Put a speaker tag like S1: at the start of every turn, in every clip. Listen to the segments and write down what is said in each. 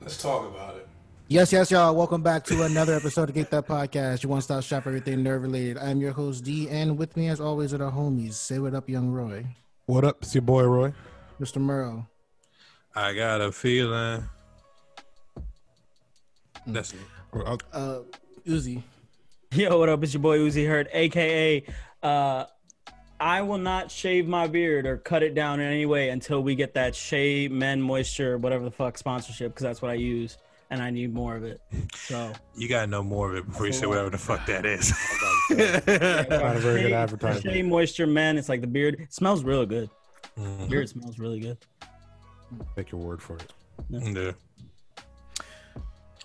S1: Let's talk about it.
S2: Yes, yes, y'all. Welcome back to another episode of Get That Podcast. Your one stop shop for everything nerd related. I'm your host, D, and with me, as always, are the homies. Say what up, young Roy,
S3: What up? It's your boy Roy.
S2: Mr. Merle.
S4: I got a feeling. That's it.
S3: Uh,
S2: Uh, Uzi.
S5: Yo, what up? It's your boy Uzi Hurt, aka uh, I will not shave my beard or cut it down in any way until we get that Shea Men Moisture, whatever the fuck sponsorship, because that's what I use and I need more of it. So
S4: You gotta know more of it before you say whatever the fuck that is.
S3: not a very good
S5: Shea-
S3: advertisement.
S5: Shea Moisture Men, it's like the beard. It smells real good.
S3: Mm-hmm.
S4: Mhm.
S5: Beard smells really good.
S3: Take your word for it.
S4: Yeah.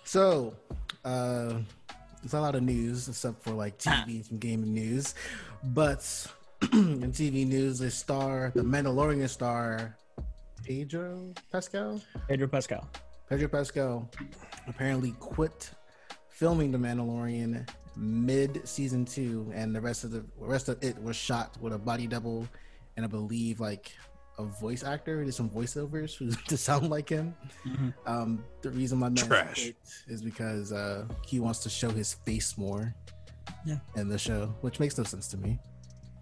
S2: So, uh, it's a lot of news except for like TV and gaming news. But in TV news, the star, the Mandalorian star, Pedro Pascal,
S5: Pedro Pascal.
S2: Pedro Pascal, apparently quit filming the Mandalorian mid season two, and the rest of the rest of it was shot with a body double, and I believe like a voice actor did some voiceovers who- to sound like him.
S5: Mhm.
S2: Um, the reason my man
S4: Trash.
S2: quit is because uh, he wants to show his face more.
S5: Yeah.
S2: In the show, which makes no sense to me.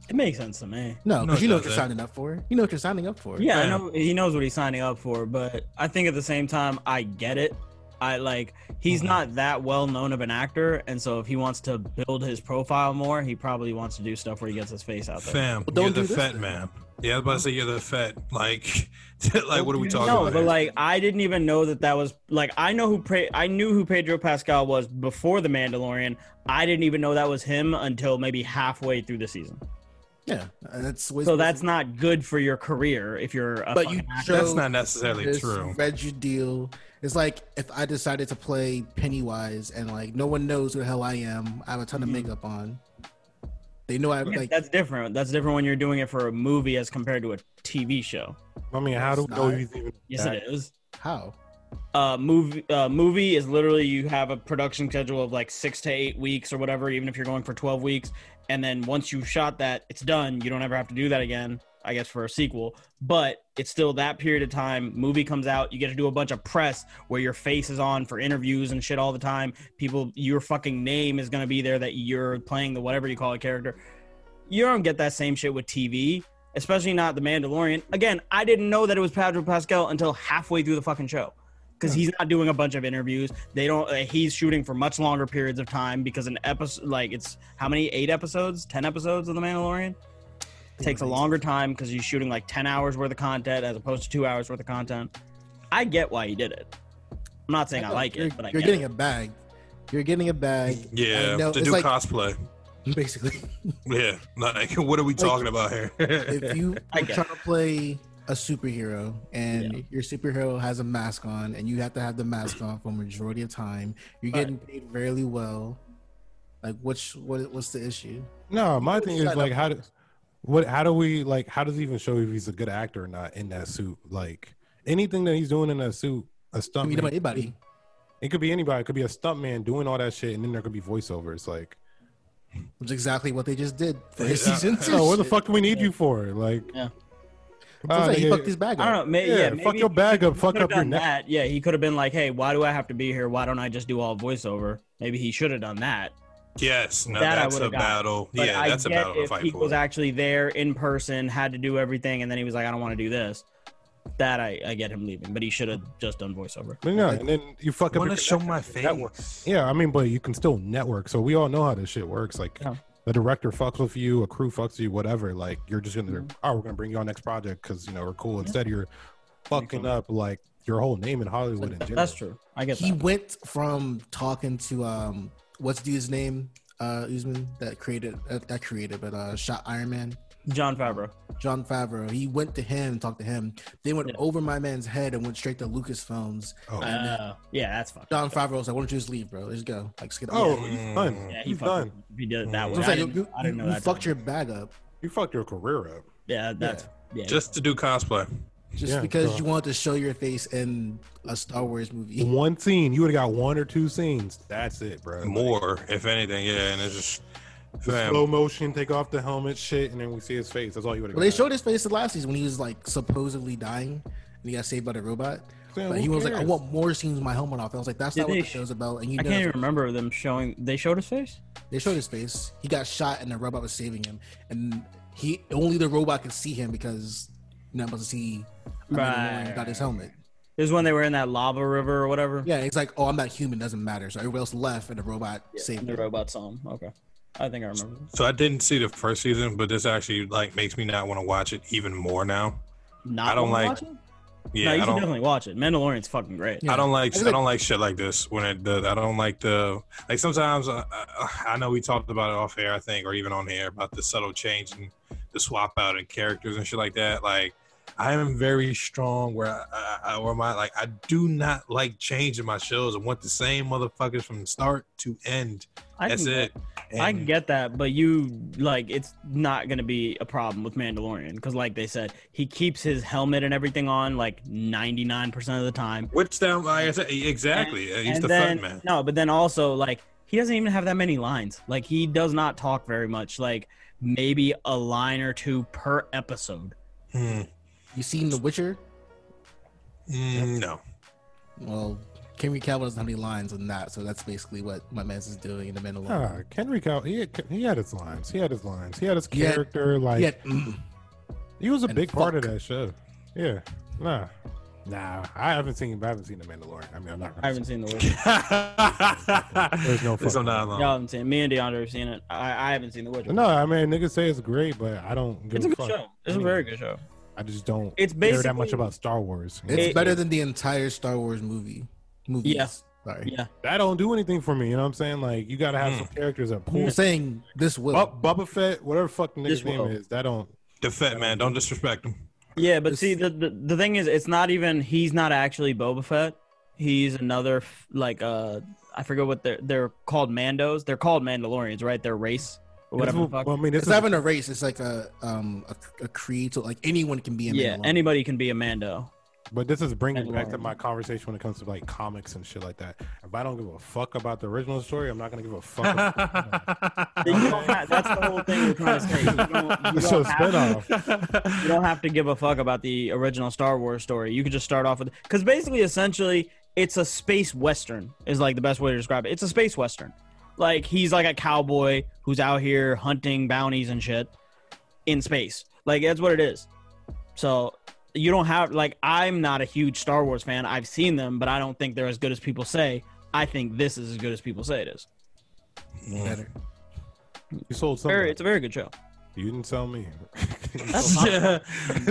S5: It makes sense to me.
S2: No,
S4: No,
S2: because
S4: it
S2: you know what you're
S4: doesn't.
S2: signing up for. You know what you're signing up for.
S5: Yeah, I
S4: Yeah.
S5: know he knows what he's signing up for, but I think at the same time, I get it. I like he's
S4: Mhm.
S5: not that well known of an actor, and so if he wants to build his profile more, he probably wants to do stuff where he gets his face out there.
S4: Fam,
S2: Well, don't
S4: you're
S2: do
S4: the
S2: this
S4: fat
S2: then.
S4: man. Yeah, I was about to say you're the fat. Like, like what are we
S2: do
S4: talking
S5: No,
S4: about?
S5: but
S4: here?
S5: like I didn't even know that that was like I know who Pre- I knew who Pedro Pascal was before The Mandalorian. I didn't even know that was him until maybe halfway through the season.
S2: Yeah. uh, That's what-
S5: So that's not good for your career if you're a
S2: But
S5: fucking
S2: you
S5: actor.
S2: chose
S4: that's not necessarily
S2: this
S4: true.
S2: Reggio It's like if I decided to play Pennywise and like no one knows who the hell I am. I have a ton of
S5: Mhm.
S2: makeup on. They know I
S5: Yeah,
S2: like
S5: that's different. That's different when you're doing it for a movie as compared to a TV show.
S3: I mean, how do we know he's even?
S5: Yes,
S3: back?
S5: it is.
S2: how.
S5: Uh, movie uh, movie is literally you have a production schedule of like six to eight weeks or whatever, even if you're going for twelve weeks. And then once you've shot that, it's done. You don't ever have to do that again, I guess, for a sequel. But it's still that period of time. Movie comes out, you get to do a bunch of press where your face is on for interviews and shit all the time. People, your fucking name is gonna be there that you're playing the whatever you call a character. You don't get that same shit with TV. Especially not The Mandalorian. Again, I didn't know that it was Pedro Pascal until halfway through the fucking show because he's not doing a bunch of interviews. They don't. Uh, he's shooting for much longer periods of time because an episode, like it's how many eight episodes, ten episodes of The Mandalorian, takes a
S2: like-
S5: longer time because he's shooting like ten hours worth of content as opposed to two hours worth of content. I get why he did it. I'm not saying I,
S2: know,
S5: like
S2: you're,
S5: it, but I
S2: you're
S5: get
S2: getting
S5: it.
S2: a bag. You're getting a bag. I
S4: Yeah,
S2: know,
S4: to
S2: it's
S4: do
S2: like-
S4: cosplay.
S2: Basically,
S4: Yeah, like what are we talking about here?
S2: if you
S5: I
S2: are
S5: get
S2: trying to play a superhero and
S5: Yeah.
S2: your superhero has a mask on and you have to have the mask on for majority of time, you're
S5: Right.
S2: getting paid fairly well. Like, which what what's the issue?
S3: No, my thing is
S2: Shut
S3: like,
S2: up.
S3: how do, what, how do we like, how does he even show if he's a good actor or not in that suit? Like anything that he's doing in that suit, a
S2: I mean,
S3: stuntman.
S2: anybody.
S3: It could be anybody. It could be a stuntman doing all that shit, and then there could be voiceovers. Like,
S2: Which is exactly what they just did for his
S4: Yeah.
S2: season two.
S3: so Oh, what the
S2: shit.
S3: fuck do we need you for? Like,
S5: Yeah.
S2: So it's
S3: ah,
S2: like he
S3: nigga,
S2: fucked his bag
S5: I
S2: up.
S5: don't know. May,
S3: yeah,
S5: yeah,
S3: fuck
S5: maybe
S3: your bag up. Fuck
S5: could
S3: up
S5: have
S3: your
S5: done
S3: neck.
S5: that. Yeah, he could have been like, "Hey, why do I have to be here? Why don't I just do all voiceover?" Maybe he should have done that.
S4: yes, no,
S5: That I
S4: that's a
S5: would've got.
S4: battle.
S5: But
S4: Yeah,
S5: I
S4: that's a
S5: get
S4: battle to
S5: if
S4: fight
S5: he
S4: for.
S5: was actually there in person, had to do everything, and then he was like, "I don't want to do this." That I, I get him leaving, but he should have just done voiceover.
S3: But no, and then you fuck
S4: I
S3: up.
S4: want to
S3: your
S4: show
S3: neck.
S4: my
S3: That one.
S4: face.
S3: Yeah, I mean, but you can still network. So we all know how this shit works. Like
S5: Yeah.
S3: the director fucks with you, a crew fucks with you, whatever. Like you're just gonna, oh, we're gonna bring you on next project because you know we're cool. Instead, you're fucking up like your whole name in Hollywood in general.
S5: That's true. I get
S2: He
S5: that.
S2: went from talking to um, what's dude's name, uh, Usman that created uh, that created, but uh, shot Iron Man,
S5: John Favreau.
S2: John Favreau. He went to him, talked to him. They went
S5: Yeah.
S2: over my man's head and went straight to Lucasfilms.
S3: Oh,
S2: I know.
S5: Uh, yeah, that's fucked.
S2: John Favreau was like, "Why don't you just leave, bro? Just go." Like, skip.
S3: oh,
S2: yeah.
S3: he's done.
S5: Yeah, he
S3: he's
S5: fucked.
S3: done.
S5: up If he did it that way,
S2: So it's
S5: I
S2: like, you,
S5: didn't, I didn't
S2: you-
S5: know
S2: you
S5: that.
S2: fucked
S5: till-
S2: your bag up
S3: You fucked your career up.
S5: Yeah, that's yeah.
S4: Just to do cosplay.
S2: just
S3: Yeah,
S2: because
S3: so-
S2: you wanted to show your face in a Star Wars movie.
S3: One scene, you would have got one or two scenes. That's it, bro.
S4: More, if anything, yeah, and it's just
S3: Like,
S4: fam.
S3: slow motion, take off the helmet, shit, and then we see his face. That's all you would have.
S2: Well, they showed his face the last season when he was like supposedly dying and he got saved by the robot.
S3: Yeah,
S2: But
S3: who
S2: he was like, I
S3: cares?
S2: want more scenes with my helmet off. I was like, that's not
S5: Did
S2: what
S5: they
S2: the
S5: sh-
S2: show's about. And you
S5: I
S2: know,
S5: can't even remember them showing. They showed his face.
S2: they showed his face. He got shot, and the robot was saving him. And he only the robot could see him because you're not supposed to see a Mandalorian without his helmet.
S5: This is when they were in that lava river or whatever.
S2: Yeah, it's like, oh, I'm not human. Doesn't matter. So everybody else left, and the robot saved
S5: And the
S2: him.
S5: robot saw him. Okay, I think I remember. this.
S4: So I didn't see the first season, but this actually like makes me not want to watch it even more now.
S5: Not
S4: I don't
S5: wanna
S4: like-
S5: watch it?
S4: Yeah,
S5: no, you
S4: I
S5: should
S4: don't.
S5: definitely watch it. Mandalorian's fucking great.
S2: Yeah.
S4: I don't like
S2: I
S4: I,
S2: feel like-
S4: don't like shit like this when it does. I don't like the like sometimes I, I- I know we talked about it off air I think or even on air about the subtle change and the swap out and characters and shit like that like I am very strong where I, I, I where my like I do not like changing my shows I want the same motherfuckers from start to end
S5: I
S4: that's
S5: can,
S4: it
S5: I
S4: And-
S5: can get that, but you like it's not gonna be a problem with Mandalorian because, like they said, he keeps his helmet and everything on like ninety nine percent of the time.
S4: which down like I said, exactly he's
S5: And
S4: the
S5: then-
S4: fun man
S5: No, but then also like he doesn't even have that many lines. Like he does not talk very much. Like maybe a line or two per episode.
S4: Hmm.
S2: You seen The Witcher?
S4: Mm, no
S2: Well, Henry Cavill doesn't have any lines on that, so that's basically what my man's is doing in the Mandalorian.
S3: Ah, Henry Cavill, he had, he had his lines. He had his lines. He had his
S2: He had-
S3: character. like
S2: yeah, mm,
S3: he was a
S2: and
S3: big part of
S2: fuck.
S3: that show. Yeah. Nah. Nah. I haven't seen. I haven't seen the Mandalorian. I mean, I'm not.
S5: I haven't seen the. Witcher.
S3: There's no.
S4: Please don't
S3: fucking-
S4: die alone.
S5: Y'all haven't seen it. Me and DeAndre have seen it. I, I haven't seen The Witcher.
S3: No, I mean niggas say it's great, but I don't give
S5: it's a
S3: a
S5: good
S3: fuck.
S5: show. It's a very good show.
S3: I just don't
S5: It's
S3: care that much
S5: basically-
S3: about Star Wars.
S2: it's
S5: It-
S2: better than the entire Star Wars movie. Movies.
S5: Yeah.
S2: Sorry.
S5: Yeah,
S3: that don't do anything for me. You know what I'm saying? Like you gotta have
S4: Mm.
S3: some characters that pull.
S2: I'm saying this will.
S3: Bu- Bubba Fett, whatever fucking
S5: This
S3: nigga's name
S5: will.
S3: is, that don't.
S4: the Fett man don't disrespect him
S5: yeah, but
S2: It's-
S5: see, the, the the thing is, it's not even. He's not actually Boba Fett. He's another f- like uh, I forget what they're they're called Mandos. They're called Mandalorians, right? Their race or whatever. the
S3: It's-
S5: fuck.
S3: well, I mean, it's
S2: It's not even a race. It's like a um a, a creed. So like anyone can be in.
S5: yeah, anybody can be a Mando.
S3: But this is bringing back to
S5: Mandalorian.
S3: my conversation when it comes to like comics and shit like that. If I don't give a fuck about the original story, I'm not gonna give a fuck. About
S5: You don't have- that's the whole thing we're trying to say. You don't, you
S3: it's a
S5: don't have
S3: spinoff.
S5: you don't have to give a fuck about the original Star Wars story. You could just start off with because basically, essentially, it's a space western is like the best way to describe it. It's a space western. Like he's like a cowboy who's out here hunting bounties and shit in space. Like that's what it is. So you don't have like I'm not a huge Star Wars fan. I've seen them, but I don't think they're as good as people say. I think this is as good as people say it is.
S2: Better.
S3: You sold
S5: Very,
S3: something.
S5: it's a very good show.
S3: You didn't sell me.
S4: yeah.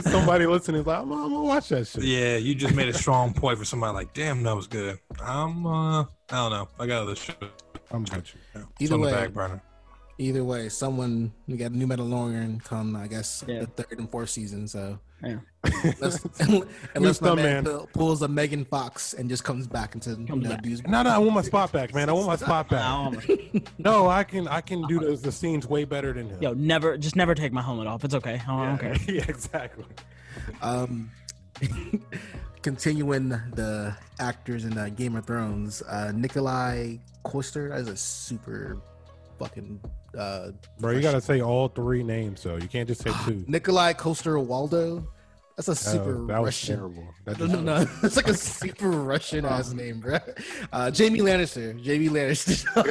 S3: Somebody listening is like, I'm, I'm gonna watch that shit.
S4: yeah, you just made a strong point for somebody like, damn, that was good. I'm, uh, I don't know. I got other shit.
S3: I'm with you.
S4: It's
S2: Either
S4: on
S2: way,
S4: the back burner.
S2: either way, someone we got a new Mandalorian come. I guess
S5: Yeah.
S2: the third and fourth season. So
S5: Yeah.
S2: unless, unless my man,
S3: stuntman.
S2: pull- pulls a Megan Fox and just comes back into you know,
S5: back.
S2: dudes.
S3: No, no, I want my spot back, man. I want my spot back.
S5: Now I'm-
S3: No, I can, I can do those, the scenes way better than him.
S5: Yo, never, just never take my helmet off. It's okay. I don't, I don't care.
S3: yeah, yeah, exactly.
S2: Um, continuing the actors in uh, Game of Thrones, uh, Nikolai Coster that is a super fucking. Uh,
S3: Bro, you gotta say all three names, though. You can't just say two.
S2: Nikolai Coster Waldo. That's a
S3: Oh,
S2: super
S3: that was
S2: Russian.
S3: terrible. That
S2: No,
S3: just-
S2: no, no. It's like a super Russian ass name, bro. Uh, Jamie Lannister. Jamie Lannister.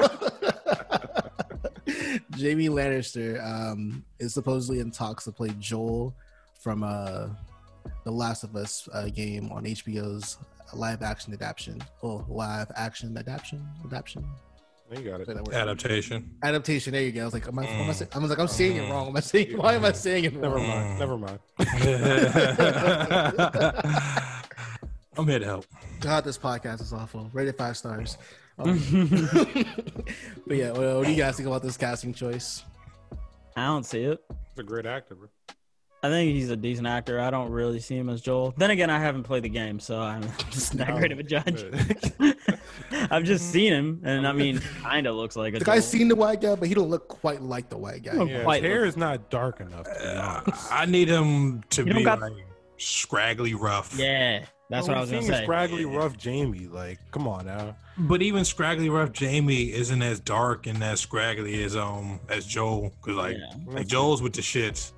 S2: Jamie Lannister um, is supposedly in talks to play Joel from uh, the Last of Us uh, game on HBO's live action adaptation. Oh, live action adaptation? Adaptation?
S3: You got it.
S2: Say that word.
S4: Adaptation.
S2: Adaptation. There you go. I was like, am I, am I,
S4: Mm.
S2: say- I was like, I'm saying it
S4: Mm.
S2: wrong. Am I saying? Why am I saying it
S3: Never
S2: wrong?
S4: Mm.
S3: mind. Never mind.
S4: I'm here to help.
S2: God, this podcast is awful. Rated five stars. Um, but yeah, what, what do you guys think about this casting choice?
S5: I don't see it.
S3: He's a great actor, bro.
S5: I think he's a decent actor. I don't really see him as Joel. Then again, I haven't played the game, so I'm just not
S3: No.
S5: great of a judge.
S3: Yeah.
S5: I've just seen him, and I mean, kind of looks like a
S2: The
S5: Joel.
S2: guy's seen the white guy, but he don't look quite like the white guy.
S5: Yeah. Quite
S3: his hair is not dark enough. To be
S4: Uh,
S3: honest.
S4: I need him to
S5: You don't
S4: be
S5: got-
S4: like scraggly rough.
S5: yeah,
S3: Bro,
S5: that's what I
S3: we've
S5: was gonna
S3: seen
S5: say.
S3: Scraggly, rough Jamie. Like, come on now.
S4: But even scraggly rough Jamie isn't as dark and as scraggly as um as Joel. Cause like,
S5: Yeah.
S4: like Joel's with the shits.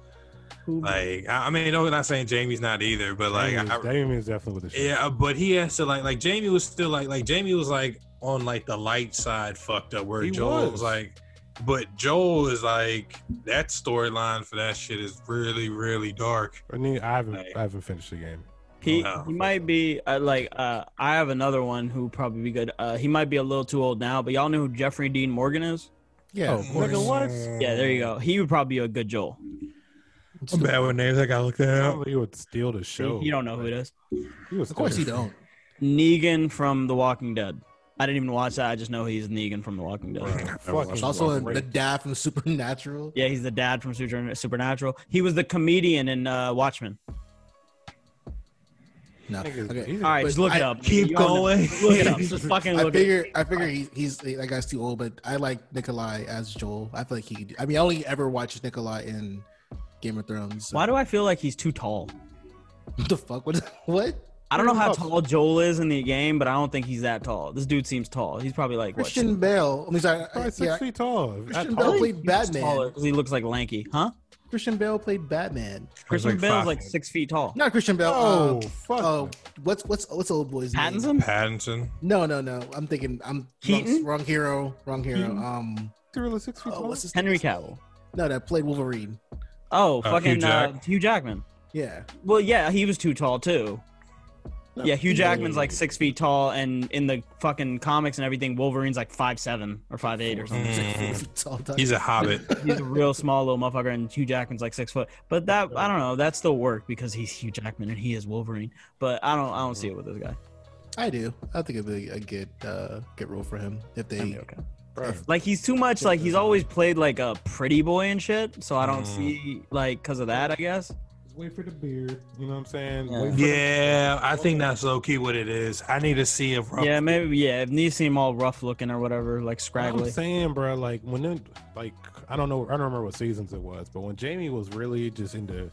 S5: Who-
S4: Like, I I mean, I'm not saying Jamie's not either, but like,
S3: Damien
S4: I,
S3: is- Damien is definitely with the shit.
S4: yeah, but he has to like, like Jamie was still like, like Jamie was like on like the light side, fucked up. Where
S3: He
S4: Joel was.
S3: was.
S4: like, but Joel is like that storyline for that shit is really, really dark.
S3: I, mean, I haven't
S4: Like-
S3: I haven't finished the game.
S5: He,
S4: Wow.
S5: he might be uh, like uh, I have another one who probably be good. Uh, he might be a little too old now, but y'all know who Jeffrey Dean Morgan is.
S2: Yeah,
S3: Oh,
S2: of
S3: nigga,
S2: course.
S3: what?
S5: Yeah, there you go. He would probably be a good Joel.
S4: I'm bad with names. I gotta look that up.
S3: Probably would steal the show.
S5: You don't know who it is.
S3: He would
S2: Of course you
S3: steal the-
S2: don't.
S5: Negan from The Walking Dead. I didn't even watch that. I just know he's Negan from The Walking Dead.
S4: Right.
S3: Fucking
S2: It's also a,
S3: great.
S2: the dad from Supernatural.
S5: Yeah, he's the dad from Super- Supernatural. He was the comedian in uh, Watchmen.
S2: No.
S3: Nigga,
S2: Okay.
S3: he's a-
S5: All right,
S2: But
S5: just look it
S2: I-
S5: up.
S4: Keep
S5: You all know-
S4: going.
S5: Look it up. Just fucking
S2: I
S5: look it up.
S2: figure I figure he, he's that guy's too old, but I like Nikolai as Joel. I feel like he could. Do, I mean, I only ever watched Nikolai in Game of Thrones.
S5: Why do I feel like he's too tall?
S2: What the fuck? What? What?
S5: I don't know how
S3: Look.
S5: tall Joel is in the game, but I don't think he's that tall. This dude seems tall. He's probably like what?
S2: Christian Bale. I mean, sorry.
S3: Probably six
S2: yeah,
S3: feet tall. At
S2: Christian
S3: tall.
S2: Bale played Batman.
S5: because he looks like lanky, huh?
S2: Christian Bale played Batman.
S5: Christian
S4: like
S5: Bale's
S4: five.
S5: like six feet tall.
S2: Not Christian Bale. Oh,
S3: Oh, fuck.
S2: oh, what's what's what's old boy's name?
S5: Pattinson?
S4: Pattinson.
S2: No, no, no. I'm thinking I'm
S5: Keaton?
S2: Wrong, wrong hero. Wrong hero.
S5: Keaton?
S2: Um,
S3: Gorilla six feet
S2: oh,
S3: tall.
S2: what's his
S5: Henry Cavill.
S2: No, that played Wolverine.
S5: Oh,
S4: Hugh
S5: fucking uh,
S4: Jack-
S5: Hugh Jackman.
S2: Yeah.
S5: Well, yeah, he was too tall too.
S2: No,
S5: Yeah, Hugh
S2: he-
S5: Jackman's like six feet tall, and in the fucking comics and everything, Wolverine's like five seven or five eight or something.
S4: Mm. He's a hobbit.
S5: He's a real small little motherfucker, and Hugh Jackman's like six foot. But that I don't know. That still worked because he's Hugh Jackman and he is Wolverine. But I don't I don't see it with this guy.
S2: I do. I think it'd be a good uh, good role for him if
S5: I'd
S2: they.
S5: be okay.
S3: Bro.
S5: Like he's too much. Like he's always played like a pretty boy and shit. So I don't
S4: Mm.
S5: see like because of that. I guess.
S3: Wait for the beard. You know what I'm saying?
S5: Yeah.
S3: Wait for the-
S4: Yeah, I think that's low key what it is. I need to see if
S5: Yeah, maybe. Yeah, if these seem all rough looking or whatever, like
S3: I'm
S5: scraggly.
S3: saying, bro, like when then, like I don't know, I don't remember what seasons it was, but when Jamie was really just into,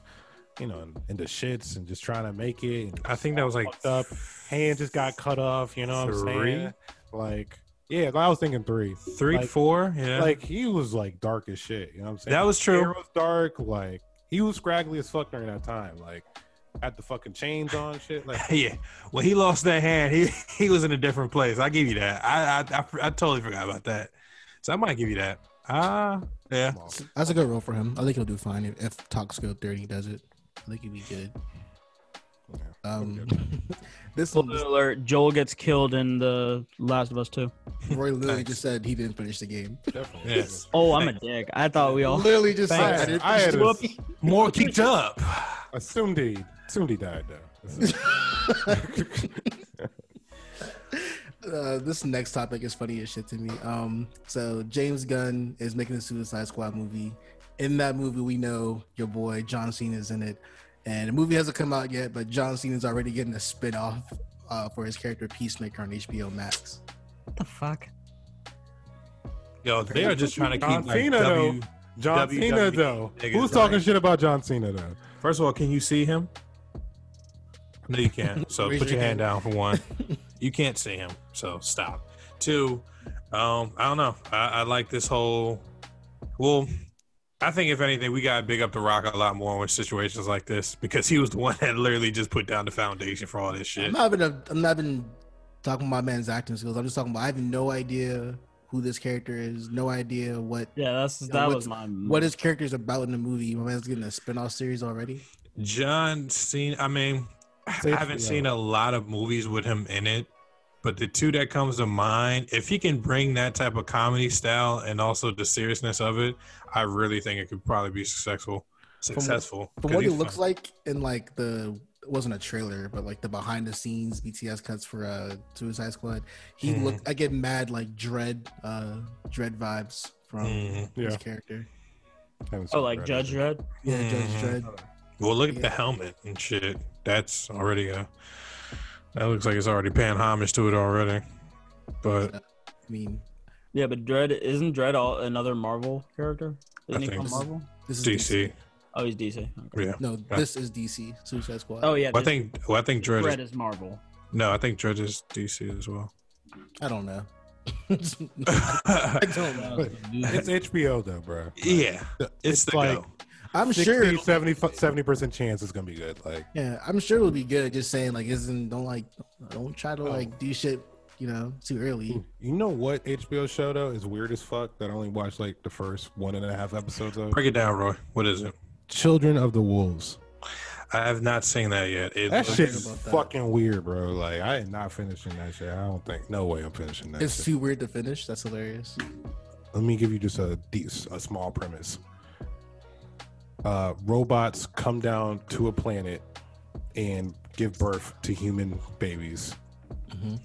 S3: you know, into shits and just trying to make it, and
S4: I think that was like
S3: Fucked up. hand just got cut off. You know what I'm saying? Like, yeah, I was thinking three.
S4: three,
S3: Like-
S4: four. Yeah,
S3: Like he was like dark as shit. You know what I'm saying?
S4: that was
S3: hair
S4: true.
S3: was dark. Like he was scraggly as fuck during that time. Like had the fucking chains on, shit. Like
S4: Yeah, when he lost that hand, he he was in a different place. I give you that. I I, I, I totally forgot about that. So I might give you that. Ah, yeah.
S2: That's a good role for him. I think he'll do fine if, if talks go thirty does it. I think he'd be good.
S3: Yeah.
S2: Um, this one,
S5: Spoiler alert: Joel gets killed in the Last of Us Two.
S2: Roy literally
S4: Thanks.
S2: just said he didn't finish the game.
S3: definitely.
S4: Yes.
S5: Oh, I'm a dick. I thought we all.
S2: Literally just said
S3: Thanks.
S2: I didn't
S3: I
S2: finish
S3: had
S2: the
S3: a-
S2: game."
S4: More kicked up.
S3: Assumed he, assumed he died though.
S2: Uh, this next topic is funny as shit to me. Um, so James Gunn is making a Suicide Squad movie. In that movie, we know your boy John Cena is in it, and the movie hasn't come out yet, but John Cena is already getting a spinoff uh, for his character Peacemaker on HBO Max.
S5: What the fuck?
S4: Yo, they are just trying to
S3: John
S4: keep like,
S3: Cena,
S4: W.
S3: John
S4: WWE
S3: Cena though.
S4: niggas,
S3: Who's talking
S4: like-
S3: shit about John Cena though?
S4: First of all, can you see him? No, you can't. So
S2: Raise
S4: put
S2: your
S4: your hand down for one. You can't see him. So stop. Two, um, I don't know. I, I like this whole. Well, I think if anything, we gotta big up the Rock a lot more with situations like this because he was the one that literally just put down the foundation for all this
S2: I'm
S4: shit.
S2: not even i I'm not even talking about man's acting skills. I'm just talking about I have no idea who this character is, no idea what
S5: Yeah, that's
S2: Yeah,
S5: that
S2: what's-
S5: was my.
S2: what his character is about in the movie. My man's getting a spinoff series already.
S4: John Cena. I mean, I haven't seen a lot of movies with him in it, but the two that comes to mind, if he can bring that type of comedy style and also the seriousness of it, I really think it could probably be successful. Successful.
S2: From what he looks like in like the it wasn't a trailer, but like the behind the scenes BTS cuts for uh Suicide Squad, he
S4: Mhm.
S2: looked I get mad like dread uh dread vibes from
S4: Mhm.
S2: his
S3: Yeah.
S2: character.
S5: Oh, like Judge Dredd.
S2: Yeah,
S4: Mhm.
S2: Judge Dread.
S4: Well, look at
S2: Yeah.
S4: the helmet and shit. That's already a. That looks like it's already paying homage to it already. But
S2: I mean,
S5: Yeah, but Dredd isn't Dredd all another Marvel character? Isn't he
S4: think
S5: from
S2: so.
S5: Marvel?
S2: this is DC.
S4: DC,
S5: Oh, he's DC. Okay.
S4: yeah.
S2: No, this is DC Suicide Squad.
S5: Oh yeah,
S4: Well, I
S5: just-
S4: think well, I think Dredd.
S5: Dredd
S4: Is,
S5: is Marvel.
S4: no, I think Dredd is DC as well.
S2: I don't know. I
S4: yeah,
S2: don't know.
S3: It's HBO though, bro.
S4: it's,
S3: It's,
S4: the
S3: like
S4: go.
S2: I'm
S3: 60,
S2: sure.
S3: 70 percent chance it's gonna be good. Like
S2: Yeah, I'm sure it'll be good. Just saying, like, isn't don't like don't try to
S3: Oh.
S2: like do shit, you know, too early.
S3: you know what HBO show though is weird as fuck that I only watched like the first one and a half episodes of
S4: Break it down, Roy. What is it?
S3: Children of the Wolves.
S4: I have not seen that yet. It
S3: That
S4: looks-
S3: shit is
S2: about that.
S3: fucking weird, bro. Like I am not finishing that shit. I don't think. No way I'm finishing that.
S2: It's
S3: shit.
S2: too weird to finish. That's hilarious.
S3: Let me give you just a de- a small premise. Uh, robots come down to a planet and give birth to human babies,
S2: Mhm.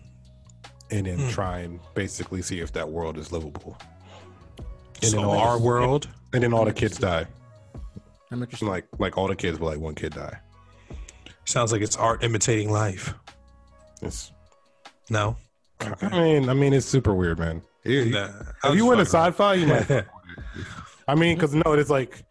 S3: and then
S4: Hmm.
S3: try and basically see if that world is livable. And then
S4: So
S3: all
S4: our
S3: our world,
S4: world.
S3: and then all the kids die.
S2: I'm interested.
S3: Like like all the kids, but like one kid die.
S4: Sounds like it's art imitating life.
S3: It's
S4: No.
S3: I mean I mean it's super weird, man. You- you-
S4: Nah, I
S3: if
S4: was
S3: you went to
S4: just fucking
S3: sci-fi, you might.
S4: around.
S3: fuck with it. I mean, because no, it's like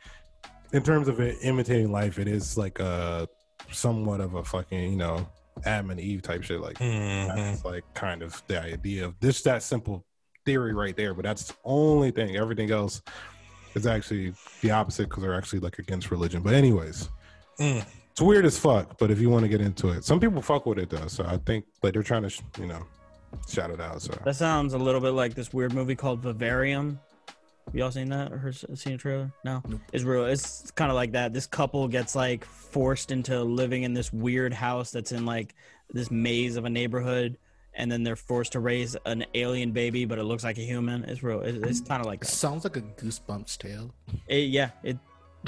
S3: in terms of it imitating life, it is like a somewhat of a fucking you know Adam and Eve type shit. Like
S4: Mhm.
S3: that's like kind of the idea of this that simple theory right there. But that's the only thing. Everything else is actually the opposite because they're actually like against religion. But anyways.
S4: Mm.
S3: It's weird as fuck, but if you want to get into it, some people fuck with it though. So I think like they're trying to, sh- you know, shout it out. So
S5: That sounds a little bit like this weird movie called Vivarium. Y'all seen that or heard- seen a trailer? No,
S2: Nope.
S5: it's real. It's kind of like that. This couple gets like forced into living in this weird house that's in like this maze of a neighborhood, and then they're forced to raise an alien baby, but it looks like a human. It's real. It's, it's kind of like that.
S2: Sounds like a goosebumps tale.
S5: It- yeah, it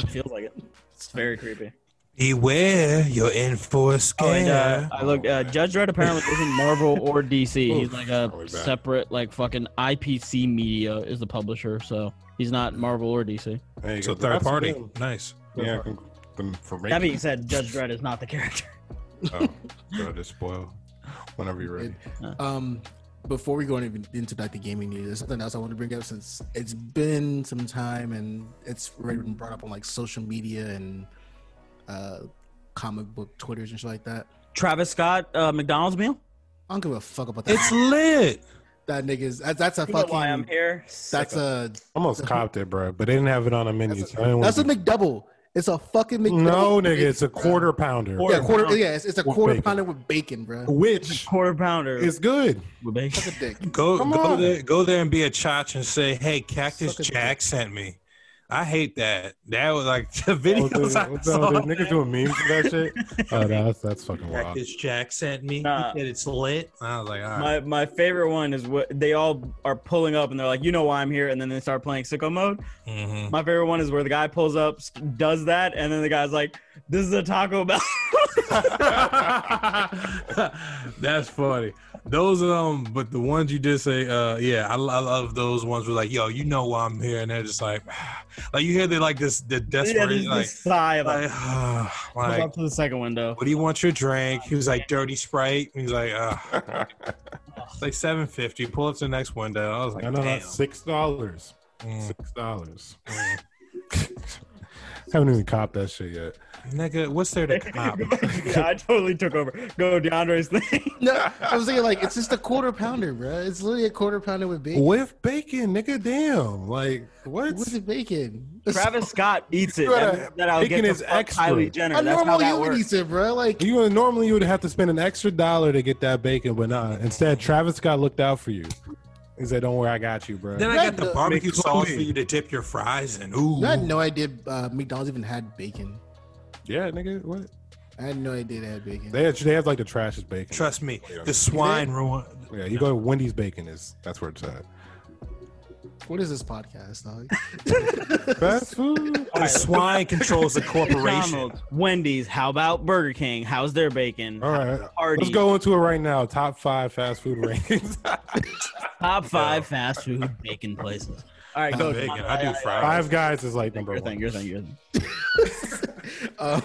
S5: feels like it. It's very creepy.
S4: Beware, you're in for a scare.
S5: Oh, and uh, I looked.
S3: Oh,
S5: Uh,
S3: man.
S5: Judge Dredd apparently isn't Marvel or DC.
S3: Oof,
S5: he's like
S3: probably
S5: a
S3: bad.
S5: separate, like fucking IPC Media is the publisher, so he's not Marvel or DC.
S3: there you
S4: so
S3: go.
S4: third
S3: That's
S4: party.
S3: good.
S4: Nice.
S3: Yeah, con- con- for
S5: That
S3: making-
S5: being said, Judge Dredd is not the character.
S3: Oh, so just spoil whenever you're ready.
S2: Um, before we go in- into like the gaming news, there's something else I want to bring up since it's been some time and it's already been brought up on like social media and uh, comic book twitters and shit like that.
S5: Travis Scott uh, McDonald's meal.
S2: I don't give a fuck about that.
S4: It's lit.
S2: that nigga's that, that's a
S5: You know why I'm
S2: fucking
S5: here.
S2: that's a
S3: Almost copped it, bro, but they didn't have it on a menu.
S2: that's
S3: so I didn't
S2: a, that's a
S3: wanna-
S2: McDouble. It's a fucking McDouble.
S3: no,
S2: with
S3: nigga,
S2: bacon,
S3: it's a
S2: bro.
S3: quarter pounder,
S5: Quarter
S2: yeah, quarter.
S5: pounder.
S2: Yeah, it's, it's a
S3: With
S2: quarter
S3: bacon.
S2: pounder with bacon, bro.
S3: which
S5: quarter pounder.
S3: is good.
S5: with bacon.
S2: Suck a dick.
S4: Go
S3: Come
S4: go
S3: on.
S4: there, go there and be a chotch and say, "Hey, Cactus
S2: Suck a
S4: Jack
S2: dick.
S4: sent me." I hate that. That was like the
S3: Oh, dude,
S4: videos
S3: oh,
S4: I
S3: dude,
S4: saw.
S3: niggas doing memes for that shit. Oh, no, that's that's fucking wild.
S4: Cactus Jack sent me.
S5: Nah.
S4: He said it's lit. I was like, all right.
S5: My my favorite one is what they all are pulling up and they're like, you know why I'm here, and then they start playing sicko mode.
S4: Mhm.
S5: My favorite one is where the guy pulls up, s- does that, and then the guy's like, this is a Taco Bell.
S4: That's funny. Those um, but the ones you did say, uh, yeah, I, I love those ones. Were like, yo, you know why I'm here, and they're just like, like you hear they like this, the
S5: yeah,
S4: desperate,
S5: there's
S4: like,
S5: this sigh of like,
S4: like, ah,
S5: goes
S4: like,
S5: up to the second window.
S4: what do you want your drink? He was like, dirty sprite. He was like, uh, it's like seven fifty. Pull up to the next window. I was like,
S3: I know
S4: damn.
S3: that's six dollars.
S4: Mm,
S3: Six dollars.
S4: mm.
S3: Haven't even copped that shit yet.
S4: Nigga, what's there to cop?
S5: yeah, I totally took over. Go DeAndre's thing.
S2: No, I was thinking like it's just a quarter pounder, bro. It's literally a quarter pounder with bacon.
S3: With bacon, nigga, damn. Like what?
S2: With the bacon.
S5: Travis Scott eats it.
S3: Bro,
S5: That, means that I'll
S3: bacon
S5: get to
S3: is
S5: fuck
S3: extra.
S5: Kylie Jenner.
S2: a
S5: That's how
S2: normal
S5: that
S2: human
S5: works.
S2: eats it, bro. Like
S3: You would- normally you would have to spend an extra dollar to get that bacon, but nah. Instead, Travis Scott looked out for you. He said, "Don't worry, I got you, bro."
S4: Then I
S2: That
S4: got the
S2: does-
S4: barbecue
S3: Makes
S4: sauce
S3: me.
S4: for you to dip your fries in. Ooh,
S2: I had no idea uh, McDonald's even had bacon.
S3: yeah, nigga, what?
S2: I had no idea they had bacon.
S3: They had, they have like the trashiest bacon.
S4: trust me,
S3: Yeah.
S4: the swine ruin.
S3: Yeah, you go to Wendy's bacon is that's where it's at.
S2: what is this podcast, dog?
S3: Fast food.
S4: The swine controls the corporation.
S5: McDonald's, Wendy's. How about Burger King? How's their bacon?
S3: All right,
S5: Hardee's.
S3: let's go into it right now. Top five fast food rankings.
S5: Top five fast food bacon places. All right, go.
S4: Bacon.
S5: John.
S4: I do fries.
S3: five guys is like number
S5: Your
S3: one.
S5: thing, your thing, your thing.
S2: um,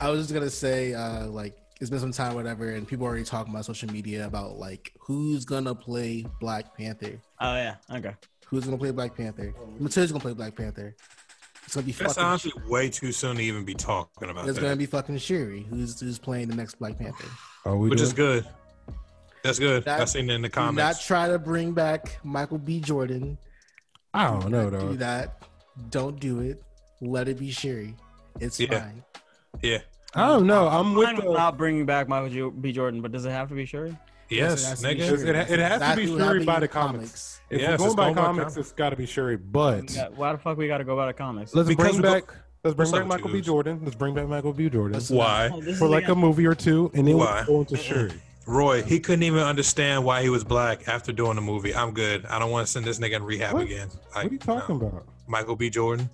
S2: I was just gonna say, uh, like, it's been some time, whatever, and people already talking about social media about like who's gonna play Black Panther,
S5: Oh yeah. Okay.
S2: who's gonna play Black Panther, Matilda's gonna play Black Panther. It's gonna be
S4: That's
S2: fucking.
S4: honestly way too soon to even be talking about
S2: It's gonna
S4: that,
S2: be fucking Shuri, who's who's playing the next Black Panther.
S3: Are we
S4: which
S3: doing-
S4: is good. That's good.
S2: That-
S4: I seen it in the
S2: Do not
S4: comments.
S2: try to bring back Michael B. Jordan.
S3: I don't know
S2: Do
S3: though.
S2: that. Don't do it. Let it be Sherry. It's
S4: Yeah.
S2: fine.
S4: Yeah.
S3: I don't know. I'm with
S5: Fine with
S3: the,
S5: not bringing back Michael J- B. Jordan, but does it have to be Sherry?
S4: Yes,
S2: it has to be
S4: nigga.
S2: Shuri.
S3: It- it has
S2: That's
S3: to be
S2: exactly what
S3: Shuri
S2: happened
S3: by
S2: in
S3: the if
S4: Yes,
S3: we're
S4: it's
S3: going by
S4: going by
S3: comics,
S4: comics.
S3: it's got to be Sherry. But
S5: Yeah, why the fuck we got to go about a comics?
S3: let's
S4: Because
S3: bring
S4: we're
S3: back let's bring
S4: we're
S3: back Michael B.
S4: substitutes.
S3: Jordan. Let's bring back Michael B. Jordan
S2: Let's-
S4: Why?
S5: Oh, this is
S3: for like a
S5: again-
S3: movie or two, and then
S4: Why?
S3: we'll go into Sherry.
S4: Roy, he couldn't even understand why he was black after doing the movie. I'm good. I don't want to send this nigga in rehab
S3: What?
S4: again.
S3: What
S4: Like,
S3: are you talking
S4: no.
S3: about?
S4: Michael B. Jordan?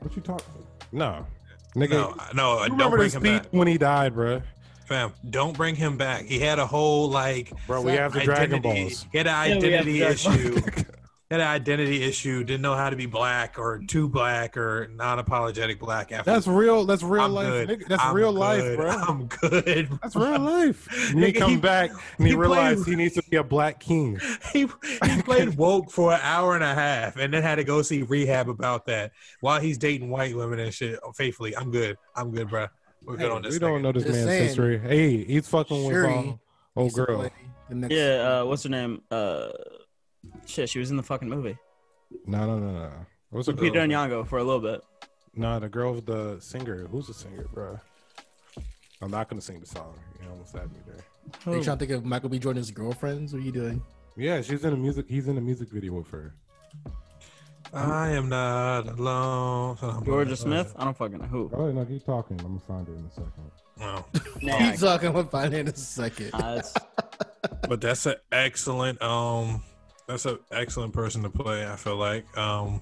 S3: What you talking? No, nigga.
S4: No, no, uh,
S3: you
S4: don't
S3: remember
S4: bring
S3: this
S4: him
S3: beat
S4: back.
S3: when he died, bruh.
S4: Fam, don't bring him back. He had a whole like
S3: Bro, we have the Dragon
S4: identity-
S3: Balls.
S4: He had an
S5: Yeah, we have the
S4: identity
S5: Dragon
S4: issue. had an identity issue. Didn't know how to be black or too black or non-apologetic black. After
S3: That's real. That's real
S4: I'm
S3: life.
S4: good.
S3: Nigga, that's
S4: I'm
S3: real
S4: good.
S3: life, bro.
S4: I'm good.
S3: That's real life. And he
S4: Nigga,
S3: come
S4: he-
S3: back and he,
S4: he played-
S3: realized he needs to be a black king.
S4: he, he played woke for an hour and a half and then had to go see rehab about that while he's dating white women and shit oh, faithfully. I'm good. I'm good, bro. We're
S3: Hey,
S4: good on this.
S3: we don't
S4: nigga.
S3: know this
S2: Just
S3: man's
S2: saying.
S3: history. Hey, he's fucking
S2: Shuri
S3: with um, old
S2: Used to
S3: girl.
S2: play The next
S5: Yeah, uh, what's her name? Uh, shit, she was in the fucking movie.
S3: No, no, no, no. What's the
S5: Peter
S3: girl?
S5: Onyango for a little bit.
S3: No, the girl with the singer. Who's the singer, bro? I'm not gonna sing the song. You almost had me there.
S2: Are you trying
S3: oh.
S2: to think of Michael B. Jordan's girlfriends? What are you doing?
S3: Yeah, she's in a music. He's in a music video with her.
S4: I am not alone.
S5: Georgia Smith? I don't fucking know who.
S3: Oh no, keep talking. I'm gonna find it in a second.
S4: Wow.
S5: Nah,
S2: He's talking about finding in a second.
S5: uh, it's-
S4: but that's an excellent um that's an excellent person to play i feel like um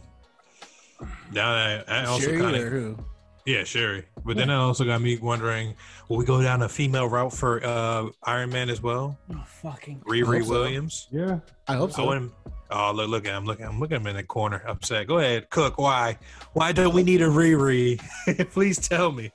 S4: now that I, I also
S2: Sherry
S4: kind
S2: or
S4: of
S2: who?
S4: yeah sherry but then that also got me wondering will we go down a female route for uh iron man as well
S5: oh, fucking.
S4: riri
S2: hope so.
S4: williams
S3: Yeah,
S2: I hope
S4: so
S2: so.
S4: when oh look look at him look at him look at him in the corner upset go ahead cook why why don't we need a riri please tell me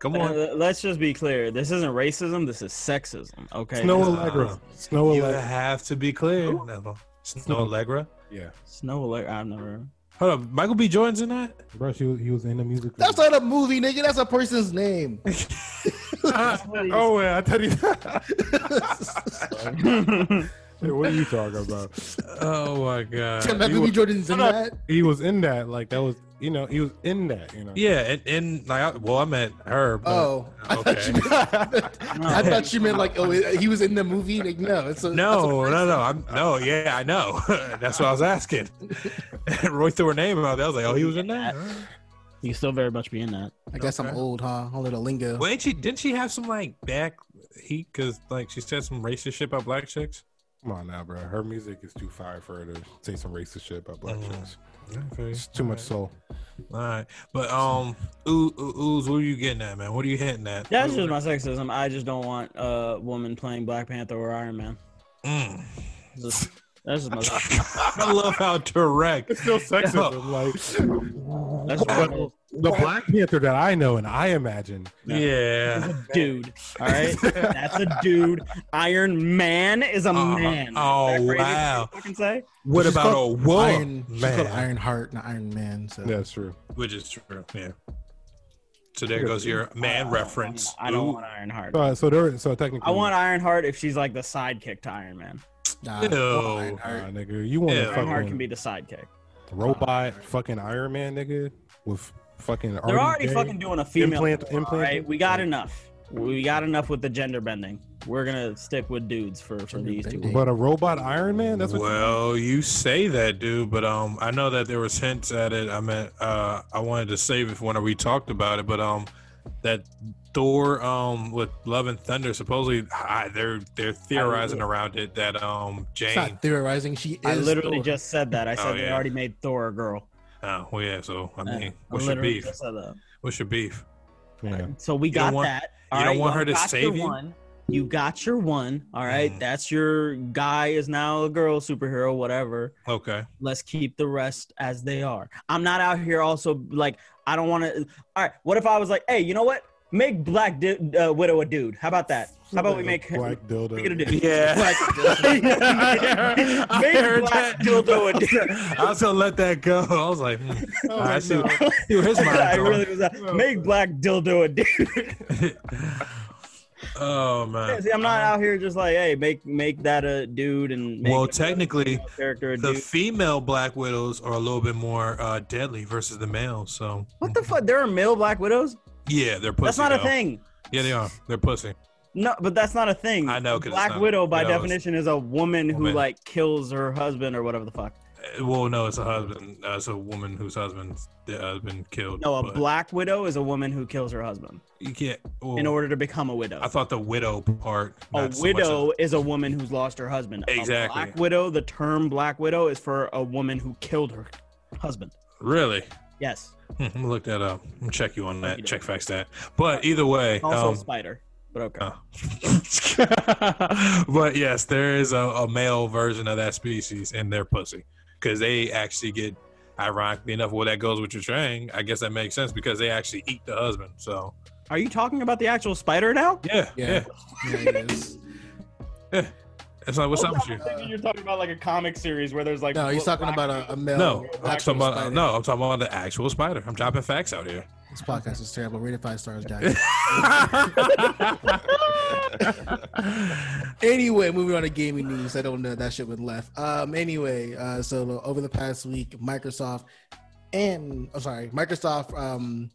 S4: come
S5: Uh,
S4: on
S5: Let's just be clear. This isn't racism. This is sexism. Okay.
S3: Snow
S4: uh,
S3: Allegra. Snow
S4: you
S3: Allegra.
S4: have to be clear Neville. snow allegra
S3: Yeah,
S5: Snow alert. I've never.
S4: hold up michael b jordan's in that
S3: bro. She was, he was in a music.
S2: That's
S3: video.
S2: not a movie, nigga. That's a person's name.
S3: oh, yeah, I tell you. Hey, what are you talking about?
S4: Oh my god.
S2: Tim, Michael B. Jordan's in
S3: Shut up.
S2: that.
S3: He was in that. Like that was, you know, he was in that. You know.
S4: Yeah, and, and like, I- well, I meant her. But,
S2: Oh, I thought you
S4: Uh, Okay.
S2: meant, I thought you meant like oh he was in the movie. Like no, it's a,
S4: no, no, no, I'm no. Yeah, I know. That's what I was asking. Roy threw her name out. there. I was like, oh, he was in that.
S5: You still very much be in that.
S2: I guess I'm
S4: Okay.
S2: old, huh? A little lingo.
S4: Well, ain't she? Didn't she have some like back heat because like she said some racist shit about black chicks?
S3: Come on now, bro. Her music is too fire for her to say some racist shit about black
S4: Mm.
S3: chicks. It's too much soul.
S4: All right, but um, ooh, ooh, oohs, what are you getting at, man? What are you hitting at?
S5: That's just my sexism. I just don't want a woman playing Black Panther or Iron Man.
S4: Mm.
S5: Just- that's just my.
S4: I love how direct.
S3: It's still sexism. Like
S5: That's just my
S3: the Black Panther that I know and I imagine.
S4: Yeah.
S5: dude. All right, that's a dude. Iron Man is a
S4: Oh,
S5: man.
S4: oh,
S5: Is that crazy
S4: wow.
S5: to Fucking say.
S4: What
S2: She's
S4: about a
S2: called
S4: woman?
S2: Iron, she's called Iron Heart, not Iron Man. So
S3: That's true.
S4: Which is true. Yeah. So there goes your man reference.
S5: I don't
S4: Ooh.
S5: want Iron Heart.
S3: Uh, so there. So technically,
S5: I want Iron Heart if she's like the sidekick to Iron Man.
S2: nah,
S4: Ew.
S2: Iron
S3: Nah,
S2: Heart.
S3: nigga, you want
S4: Yeah.
S3: a
S4: Iron
S5: Iron Heart can
S3: fucking
S5: be the sidekick.
S3: robot, fucking Iron Man, nigga, with fucking.
S5: They're already fucking doing a female.
S3: implant-
S5: before, all
S3: implant-
S5: right? we got enough. We got enough with the gender bending. We're gonna stick with dudes for for
S2: Gender
S5: these two.
S2: bending.
S3: But a robot Iron Man. That's what.
S4: well, you, say that, dude, but um, I know that there was hints at it. I meant uh, I wanted to save it for when we talked about it, but um, that Thor um with Love and Thunder supposedly I, they're they're theorizing around it that um
S2: It's
S4: Jane.
S2: not theorizing. She is.
S5: I literally
S2: Thor.
S5: just said that. I said
S4: Oh,
S5: they
S4: yeah.
S5: already made Thor a girl.
S4: Oh well, yeah. So I
S5: Uh,
S4: mean,
S5: I
S4: what's your
S5: literally
S4: beef?
S5: just said that.
S4: What's your beef?
S3: yeah.
S5: So we
S4: You don't
S5: got
S4: want-
S5: that.
S4: you
S5: All
S4: don't
S5: right,
S4: want
S5: y'all
S4: her to
S5: got your
S4: save you?
S5: One. You got your one. All right,
S4: Mm.
S5: that's your guy is now a girl superhero, whatever.
S4: Okay.
S5: Let's keep the rest as they are. I'm not out here also like I don't want to. All right, what if I was like, hey, you know what? Make Black Di- uh, Widow a dude. How about that? How about we make her?
S3: black dildo?
S5: make it a dude.
S4: Yeah.
S5: make
S4: I heard that.
S5: Black Dildo a dude.
S4: I was gonna let that go. I was like, hmm.
S3: Oh,
S4: I see.
S3: no.
S4: Dude, his mind
S5: I uh,
S4: going.
S5: really was. Like, make Black Dildo a dude.
S4: Oh man.
S5: Yeah, see, I'm not out here just like, hey, make make that a dude and make
S4: Well,
S5: a
S4: technically,
S5: female character a
S4: the
S5: dude.
S4: female black widows are a little bit more uh, deadly versus the male. So
S5: What the fuck? There are male black widows.
S4: Yeah, they're pussy.
S5: that's not a
S4: though.
S5: thing.
S4: Yeah, they are. They're pussy.
S5: No, but that's not a thing.
S4: I know, 'cause it's
S5: Black
S4: not-
S5: widow by
S4: no, it's-
S5: definition is a woman, who
S4: Woman.
S5: like kills her husband or whatever the fuck.
S4: Uh, Well, no, it's a husband. Uh, it's a woman whose husband's uh, been killed.
S5: No, a
S4: but
S5: black widow is a woman who kills her husband
S4: You can't. Well,
S5: in order to become a widow.
S4: I thought the widow part.
S5: a
S4: not so much
S5: widow
S4: of-
S5: is a woman who's lost her husband. A
S4: Exactly.
S5: black widow. The term black widow is for a woman who killed her husband.
S4: really?
S5: Yes.
S4: Hmm, I'm gonna look that up. I'm gonna check you on that.
S5: Okey-doke.
S4: Check facts that. But either way,
S5: Also
S4: um,
S5: spider. But okay.
S4: uh, but yes, there is a, a male version of that species, and they're pussy because they actually get. Ironically enough, well, that goes with your saying. I guess that makes sense because they actually eat the husband. So
S5: Are you talking about the actual spider now?
S4: yeah, yeah.
S2: Yeah. Yeah, it is.
S4: It's like, what's up with you?
S2: I'm thinking
S5: You're talking about like a comic series where there's like
S2: No, he's talking about a, a male.
S4: No, I'm
S2: actual
S4: talking about uh,
S2: spider.
S4: no, I'm talking about the actual spider. I'm dropping facts out here.
S2: This podcast is terrible. Rated five stars, guys. anyway, moving on to gaming news. I don't know that shit was left. Um. Anyway, uh, so over the past week, Microsoft and I'm sorry, Microsoft um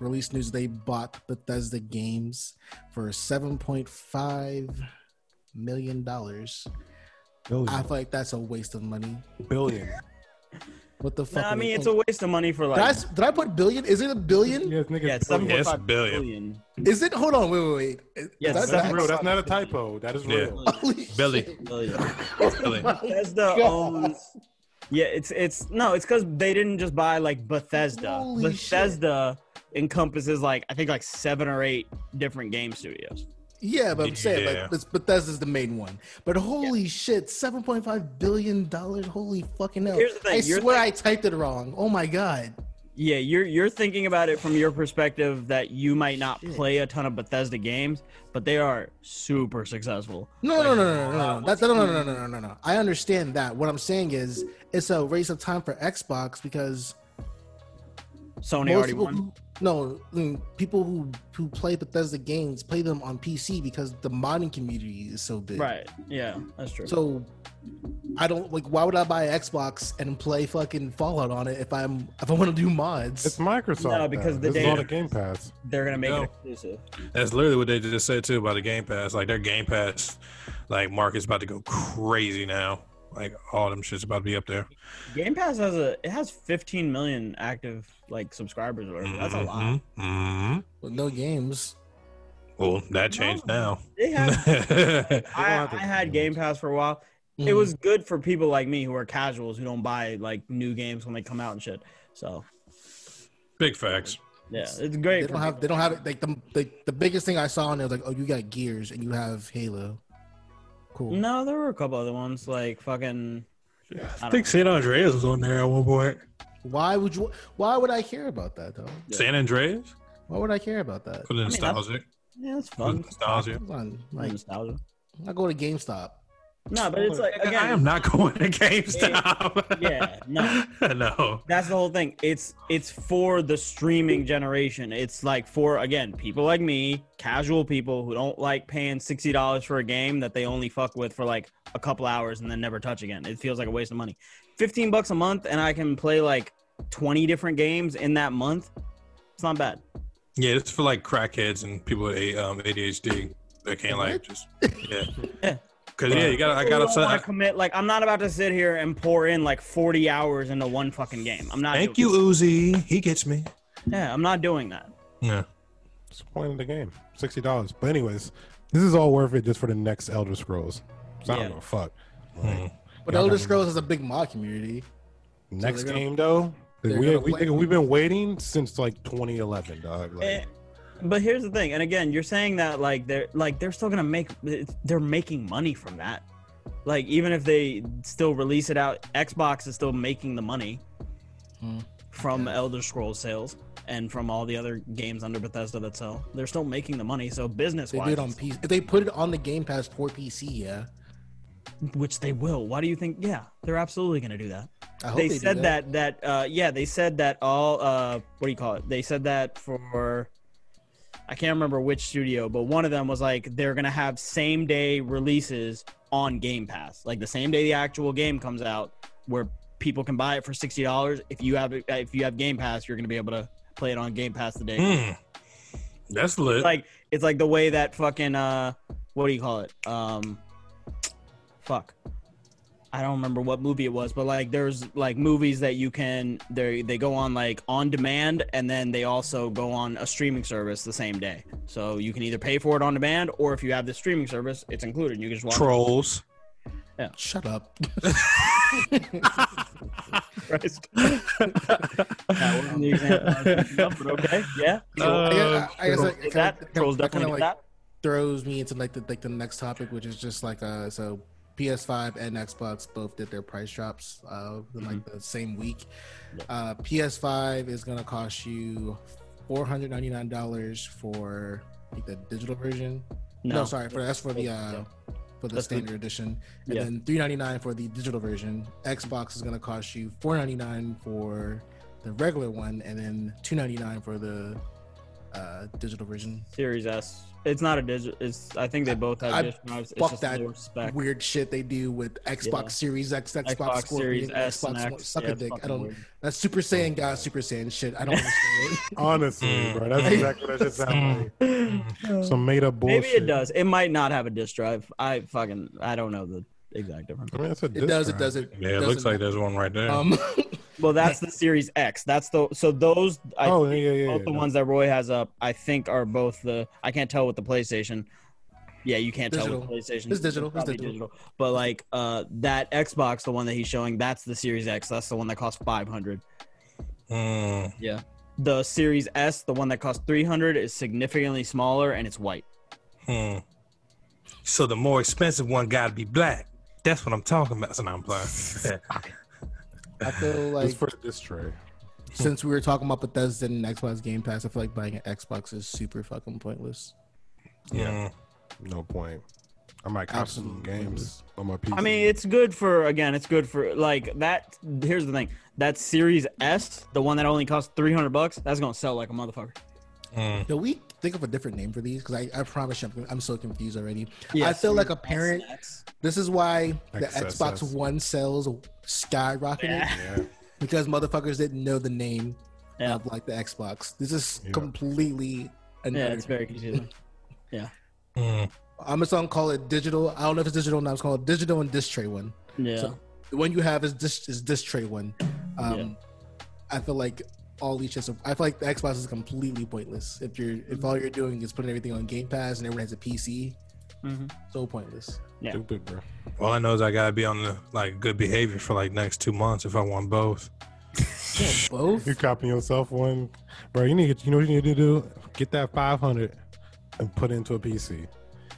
S2: released news they bought Bethesda Games for 7.5 million dollars. I
S3: Billion.
S2: feel like that's a waste of money.
S3: Billion.
S2: What the
S5: Nah,
S2: fuck?
S5: I
S2: are they
S5: mean, it's a
S2: thinking?
S5: waste of money for like
S2: Did I, s- did I put billion? Is it a billion?
S3: Yes, nigga.
S5: yeah,
S3: it's
S5: seven
S3: billion.
S4: Yes,
S5: point five
S4: billion.
S5: billion.
S2: Is it? Hold on, wait, wait, wait. Is
S5: Yes,
S2: that
S3: That's
S2: the
S3: real.
S2: actual-
S3: That's not a typo. That is
S4: Yeah.
S3: real.
S2: Holy
S4: Billy.
S2: shit.
S5: billion.
S4: Billy.
S5: Bethesda
S2: God.
S5: owns. Yeah, it's it's no, it's because they didn't just buy like Bethesda.
S2: Holy
S5: Bethesda encompasses like I think like seven or eight different game studios.
S2: Yeah, but I'm saying
S4: Yeah.
S2: like this Bethesda's the main one. But holy shit, seven point five billion dollars. Holy fucking hell!
S5: Here's the thing,
S2: I
S5: you're
S2: swear I typed it wrong. Oh my god.
S5: Yeah, you're you're thinking about it from your perspective that you might not
S2: Shit.
S5: play a ton of Bethesda games, but they are super successful.
S2: No, no, no, no, no,
S5: uh,
S2: no, no. That, no, no, no, no, no, no, no. I understand that. What I'm saying is, it's a race of time for Xbox because
S5: Sony
S2: most
S5: already
S2: people
S5: won.
S2: who- no, I mean, people who who play Bethesda games play them on PC because the modding community is so big.
S5: Right. Yeah, that's true.
S2: So I don't like. Why would I buy an Xbox and play fucking Fallout on it if I'm if I want to do mods?
S3: It's Microsoft.
S5: No,
S3: No,
S5: because
S3: because
S5: the
S3: this
S5: data-
S3: is all the Game Pass.
S5: They're gonna make
S4: No.
S5: it exclusive.
S4: That's literally what they just said too about the Game Pass. Like their Game Pass, like market's about to go crazy now. Like all them shit's about to be up there.
S5: Game Pass has a it has 15 million active like subscribers or whatever. That's a lot.
S4: Mhm, mhm.
S2: With no games.
S4: Well, that changed now.
S5: They have I,
S3: have to-
S5: I had Game Pass for a while. It
S2: Mm.
S5: was good for people like me who are casuals who don't buy like new games when they come out and shit. So
S4: Big facts.
S5: yeah,
S2: It's-
S5: it's
S2: They
S5: great.
S2: don't
S5: for
S2: have. They don't have it. Like the like the biggest thing I saw on there was like, oh, you got Gears and you have Halo. Cool.
S5: people. No, there were a couple other ones like fucking.
S4: I think San Andreas was on there at one point.
S2: Why would you? Why would I care about that though?
S4: San Andreas?
S2: Why would I care about that?
S4: For the
S5: mean, that's-
S4: nostalgic.
S5: Yeah, it's
S4: For the
S5: fun.
S4: nostalgia.
S2: Come on, like
S5: Nostalgia.
S2: I go to GameStop.
S5: No, but it's like again.
S4: I am not going to GameStop.
S5: Yeah, no.
S4: no.
S5: That's the whole thing. It's it's for the streaming generation. It's like for again people like me, casual people who don't like paying sixty dollars for a game that they only fuck with for like a couple hours and then never touch again. It feels like a waste of money. Fifteen bucks a month and I can play like twenty different games in that month. It's not bad.
S4: Yeah, it's for like crackheads and people with A- um, ADHD that can't like just yeah.
S5: Yeah.
S4: Cause yeah, you got I got
S5: I want
S4: upset.
S5: to commit. Like I'm not about to sit here and pour in like forty hours into one fucking game. I'm not.
S4: Thank you,
S5: doing-
S4: Uzi. He gets me.
S5: Yeah, I'm not doing that.
S4: Yeah.
S3: It's the point of the game. Sixty dollars. But anyways, this is all worth it just for the next Elder Scrolls. 'Cause I
S5: Yeah.
S3: don't give a fuck.
S4: Hmm.
S2: But
S3: Y'all
S2: Elder
S3: got-
S2: Scrolls has a big mod community.
S3: Next
S2: they're gonna-
S3: game though,
S2: they're
S3: we,
S2: gonna
S3: we,
S2: play-
S3: nigga, we've been waiting since like 2011, dog. Like,
S5: Eh, But here's the thing, and again, you're saying that like they're like they're still gonna make it's- they're making money from that. Like even if they still release it out, Xbox is still making the money
S2: Hmm.
S5: from Elder Scrolls sales and from all the other games under Bethesda that sell. They're still making the money, so business
S2: They do
S5: wise,
S2: it on PC. If they put it on the Game Pass for PC, yeah.
S5: which they will. Why do you think? Yeah, they're absolutely gonna do that.
S2: I hope
S5: they,
S2: they, do
S5: said that that, uh, yeah they said that all uh, what do you call it they said that for I can't remember which studio, but one of them was like they're gonna have same day releases on Game Pass, like the same day the actual game comes out, where people can buy it for sixty dollars. If you have if you have Game Pass, you're gonna be able to play it on Game Pass the day.
S4: Hmm. That's lit.
S5: It's like it's like the way that fucking uh, what do you call it? Um, fuck. I don't remember what movie it was, but like there's like movies that you can they they go on like on demand and then they also go on a streaming service the same day. So you can either pay for it on demand or if you have the streaming service, it's included. and You can just watch
S4: Trolls.
S2: Shut up.
S5: it. Christ. that wasn't the example I was thinking of, but okay, yeah.
S2: I guess, I, I guess like, it
S5: Trolls did
S2: kinda-
S5: that
S2: kinda
S5: trolls definitely did
S2: like
S5: that.
S2: throws me into like the like the next topic, which is just like uh so PS5 and Xbox both did their price drops uh in, like
S5: Mm-hmm.
S2: the same week. Uh PS5 is gonna cost you four hundred ninety nine dollars for like, the digital version. No,
S5: No,
S2: sorry, for that's for the uh for the
S5: That's the-
S2: standard edition. And
S5: Yeah.
S2: then three ninety nine for the digital version. Xbox is gonna cost you four ninety nine for the regular one and then two ninety nine for the uh digital version.
S5: Series S. It's not a digital. It's I think they both have
S2: I
S5: digital drives. It's
S2: fucked
S5: just
S2: that
S5: lower spec.
S2: weird shit they do with Xbox
S5: Yeah.
S2: Series X, Xbox,
S5: Xbox
S2: Scorpion,
S5: Series S and
S2: Xbox One.
S5: X.
S2: Suck
S5: Yeah,
S2: a
S5: it's
S2: dick. I
S5: fucking
S2: don't.
S5: weird.
S2: That's Super Saiyan God, Super Saiyan shit. I don't understand it.
S3: Honestly,
S4: Mm.
S3: bro, that's
S4: Mm.
S3: exactly what that shit sounds like. Some made up bullshit.
S5: Maybe it does. It might not have a disk drive. I fucking I don't know the exact difference.
S3: I mean, that's a
S2: It does. It
S3: disc drive.
S2: doesn't.
S4: Yeah, it looks like there's one right there.
S2: Um,
S5: Well, that's the Series X. That's the so those I
S3: Oh, yeah,
S5: think
S3: yeah, yeah.
S5: both the
S3: yeah.
S5: ones that Roy has up. I think are both the I can't tell with the PlayStation. Yeah, you can't tell with
S2: Digital.
S5: the PlayStation.
S2: It's digital. It's
S5: probably
S2: digital.
S5: But like uh that Xbox, the one that he's showing, that's the Series X. That's the one that costs five hundred.
S4: Mm.
S5: Yeah. The Series S, the one that costs three hundred, is significantly smaller and it's white.
S4: Hmm. So the more expensive one got to be black. That's what I'm talking about. So now I'm playing.
S2: I feel like
S3: It's for the disc tray.
S2: since we were talking about Bethesda and Xbox Game Pass, I feel like buying an Xbox is super fucking pointless.
S4: yeah.
S3: No point. I might cop some
S2: Absolutely.
S3: games on my PC.
S5: I mean, it's good for again, it's good for like that. Here's the thing: that Series S, the one that only costs three hundred bucks, that's gonna sell like a motherfucker.
S4: Mm.
S2: Can we think of a different name for these? Because I, I promise you, I'm, I'm so confused already.
S5: Yeah,
S2: I feel like a
S5: Series
S2: parent.
S5: S.
S2: This is why the
S3: XSS.
S2: Xbox One sales skyrocketed
S5: Yeah.
S3: yeah.
S2: because motherfuckers didn't know the name
S5: Yeah.
S2: of like the Xbox. This is
S3: Yeah.
S2: completely another.
S5: Yeah, it's very confusing.
S4: Mm.
S2: I'm just gonna call it digital. I don't know if it's digital or not. I'm just gonna call it digital and disc tray one.
S5: Yeah,
S2: So- The one you have is disc is disc tray one. Um, I feel like all these shits. Are, I feel like the Xbox is completely pointless if you're if all you're doing is putting everything on Game Pass and everyone has a PC.
S5: Mhm.
S2: So pointless.
S5: Yeah.
S3: Stupid, bro.
S4: All I know is I gotta be on the like good behavior for like next two months if I want both.
S2: Both.
S3: You copying yourself one, bro. You need to, you know what you need to do? Get that five hundred and put it into a PC.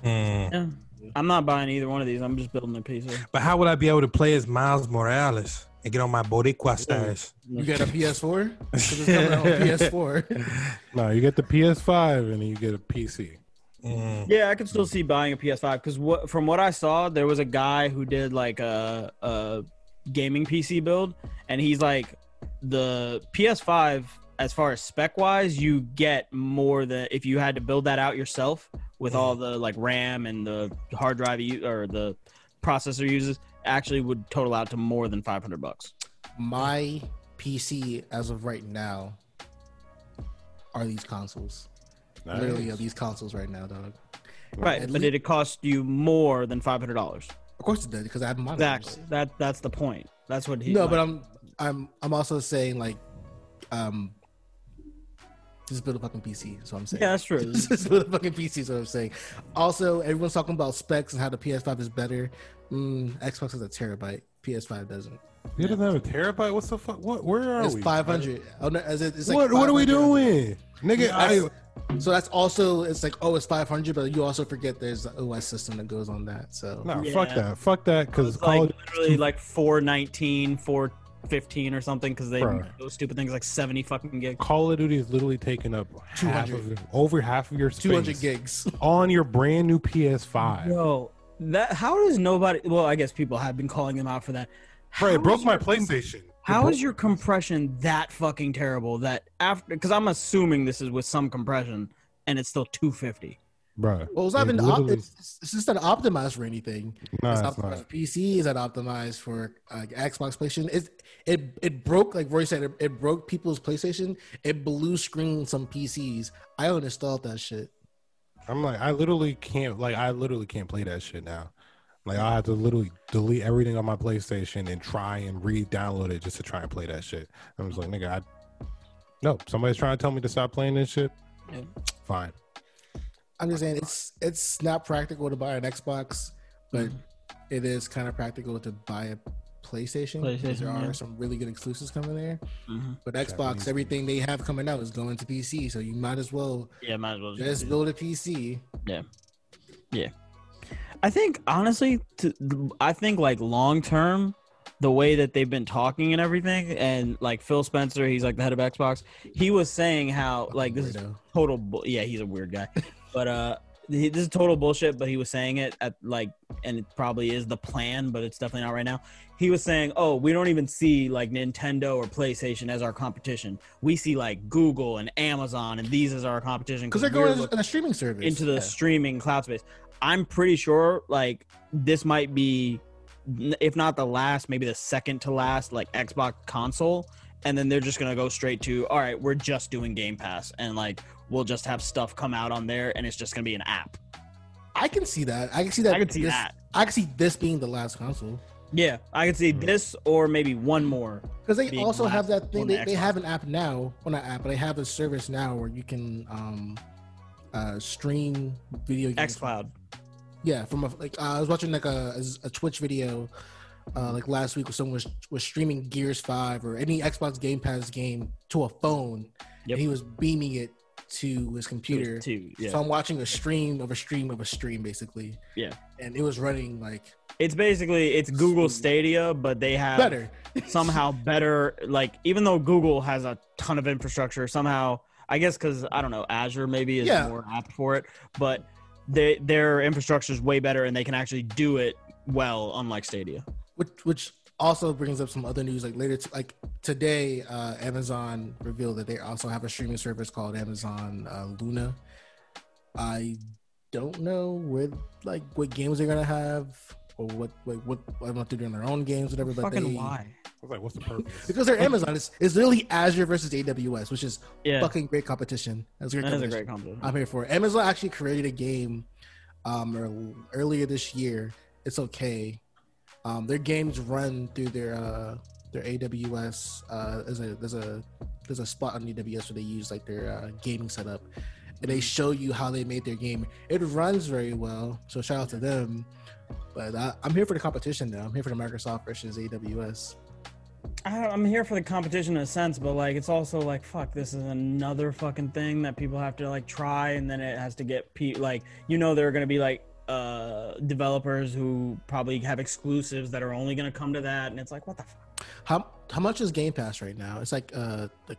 S4: Mm.
S5: yeah. I'm not buying either one of these. I'm just building a PC.
S4: But how would I be able to play as Miles Morales and get on my Boricua status?
S2: You got a PS4? 'Cause it's coming out on PS4.
S3: No, you get the PS5 and then you get a PC.
S4: Mm.
S5: Yeah, I could still see buying a PS5 because what from what I saw, there was a guy who did like a a gaming PC build, and he's like the PS5 as far as spec wise, you get more than if you had to build that out yourself with all
S2: Mm-hmm.
S5: the like RAM and the hard drive you, or the processor uses. Actually, would total out to more than five hundred bucks.
S2: My PC as of right now are these consoles.
S3: Nice.
S2: Literally are these consoles right now, dog.
S5: Right,
S2: At
S5: but
S2: lea-
S5: did it cost you more than five hundred dollars?
S2: Of course it does because I have monitors.
S5: Exactly. That that's the point. That's what he.
S2: No,
S5: like-
S2: but I'm I'm I'm also saying like um just build a fucking PC is what I'm saying.
S5: yeah, that's true.
S2: just build a fucking PC is what I'm saying. Also, everyone's talking about specs and how the PS5 is better. Mm, Xbox is a terabyte. PS5 doesn't.
S3: It doesn't have a terabyte. What's the fuck? What? Where are
S2: It's
S3: we?
S2: 500. Oh, no, is it- it's like
S3: what? What are we
S2: 500.
S3: doing, nigga? I,
S2: That's- so that's also it's like oh it's 500, but you also forget there's an OS system that goes on that. So
S3: nah,
S5: Yeah.
S3: fuck that. Fuck that. Because
S5: It's like literally like 419, 415 or something because they
S3: Bruh.
S5: make those stupid things like 70 fucking gigs.
S3: Call of Duty is literally taking up half
S2: 200.
S3: of, over half of your space
S2: 200 gigs.
S3: on your brand new PS5.
S5: Yo, that how does nobody? Well, I guess people have been calling them out for that.
S3: Bro, it
S5: How
S3: broke
S5: is
S3: my
S5: your-
S3: PlayStation.
S5: How is your compression that fucking terrible that after? Because I'm assuming this is with some compression and it's still 250.
S3: Bruh.
S2: Well, it's not
S3: It
S2: been op-
S3: literally-
S2: it's, it's just not optimized for anything.
S3: Nah,
S2: it's not
S3: it's
S2: optimized
S3: not.
S2: for PC. It's not optimized for uh, Xbox PlayStation. It's, it it broke like Roy said. It, it broke people's PlayStation. It blew screen some PCs. I uninstalled that shit.
S3: I'm like, I literally can't. Like, I literally can't play that shit now. Like, I have to literally delete everything on my PlayStation and try and re-download it just to try and play that shit. I'm just like, nigga, I. No, somebody's trying to tell me to stop playing this shit.
S5: Yeah.
S3: Fine.
S2: I'm just saying it's it's not practical to buy an Xbox, but
S5: Mhm.
S2: it is kind of practical to buy a PlayStation. because there
S5: PlayStation,
S2: are
S5: yeah.
S2: some really good exclusives coming there.
S5: Mm-hmm.
S2: But
S3: Japanese
S2: Xbox, everything they have coming out is going to PC, so you might as well
S5: Yeah, might as well
S2: just build a PC.
S5: I think honestly, to, I think like long term, the way that they've been talking and everything, and like Phil Spencer, he's like the head of Xbox. He was saying how like this is
S2: Weirdo.
S5: total. Bu- yeah, he's a weird guy, but uh, he, this is total bullshit. But he was saying it at like, and it probably is the plan, but it's definitely not right now. He was saying, "Oh, we don't even see like Nintendo or PlayStation as our competition. We see like Google and Amazon, and these as our competition
S2: because they're
S5: we're
S2: going
S5: look-
S2: on a streaming service
S5: into the
S2: Yeah.
S5: streaming cloud space. I'm pretty sure like this might be, n- if not the last, maybe the second to last like Xbox console, and then they're just gonna go straight to all right, we're just doing Game Pass, and like we'll just have stuff come out on there, and it's just gonna be an app.
S2: I can see that. I can see that.
S5: I could see
S2: this-
S5: that.
S2: I can see this being the last console
S5: Yeah, I could
S2: Hmm.
S5: see this or maybe one more.
S2: because they
S5: Being
S2: also
S5: last
S2: have that thing.
S5: on
S2: They,
S5: the
S2: they
S5: Xbox.
S2: have an app now, well not app, but they have a service now where you can um uh stream video games.
S5: XCloud.
S2: Yeah, from a, like uh, I was watching like a, a Twitch video uh like last week where someone was, was streaming Gears Five or any Xbox Game Pass game to a phone.
S5: Yep.
S2: and he was beaming it to his computer.
S5: Two. Yeah.
S2: So I'm watching a stream of a stream of a stream basically.
S5: Yeah.
S2: And it was running like
S5: It's basically it's Google
S2: Sweet.
S5: Stadia, but they have
S2: better.
S5: somehow better like even though google has a ton of infrastructure somehow i guess because i don't know azure maybe is
S2: Yeah.
S5: more apt for it but they, their infrastructure is way better and they can actually do it well unlike stadia
S2: which which also brings up some other news like later t- like today uh amazon revealed that they also have a streaming service called amazon uh, luna i don't know where like what games they're gonna have or what like what i don't know if they're doing their own games whatever but
S5: fucking
S2: they
S5: why
S3: I was like, what's the purpose?
S2: because they're amazon it's, it's literally azure versus aws which is
S5: yeah
S2: fucking great competition that's great
S5: that is a
S2: competition.
S5: great combo
S2: i'm here for it. amazon actually created a game um ear- earlier this year it's okay um, their games run through their uh, their AWS. Uh, there's a there's a there's a spot on AWS where they use like their uh, gaming setup, and they show you how they made their game. It runs very well, so shout out to them. But I, I'm here for the competition though. I'm here for the Microsoft versus AWS.
S5: I, i'm here for the competition in a sense but like it's also like fuck this is another fucking thing that people have to like try and then it has to get pe- like you know there are going to be like uh developers who probably have exclusives that are only going to come to that and it's like what the fuck
S2: How how much is Game Pass right now? It's like uh like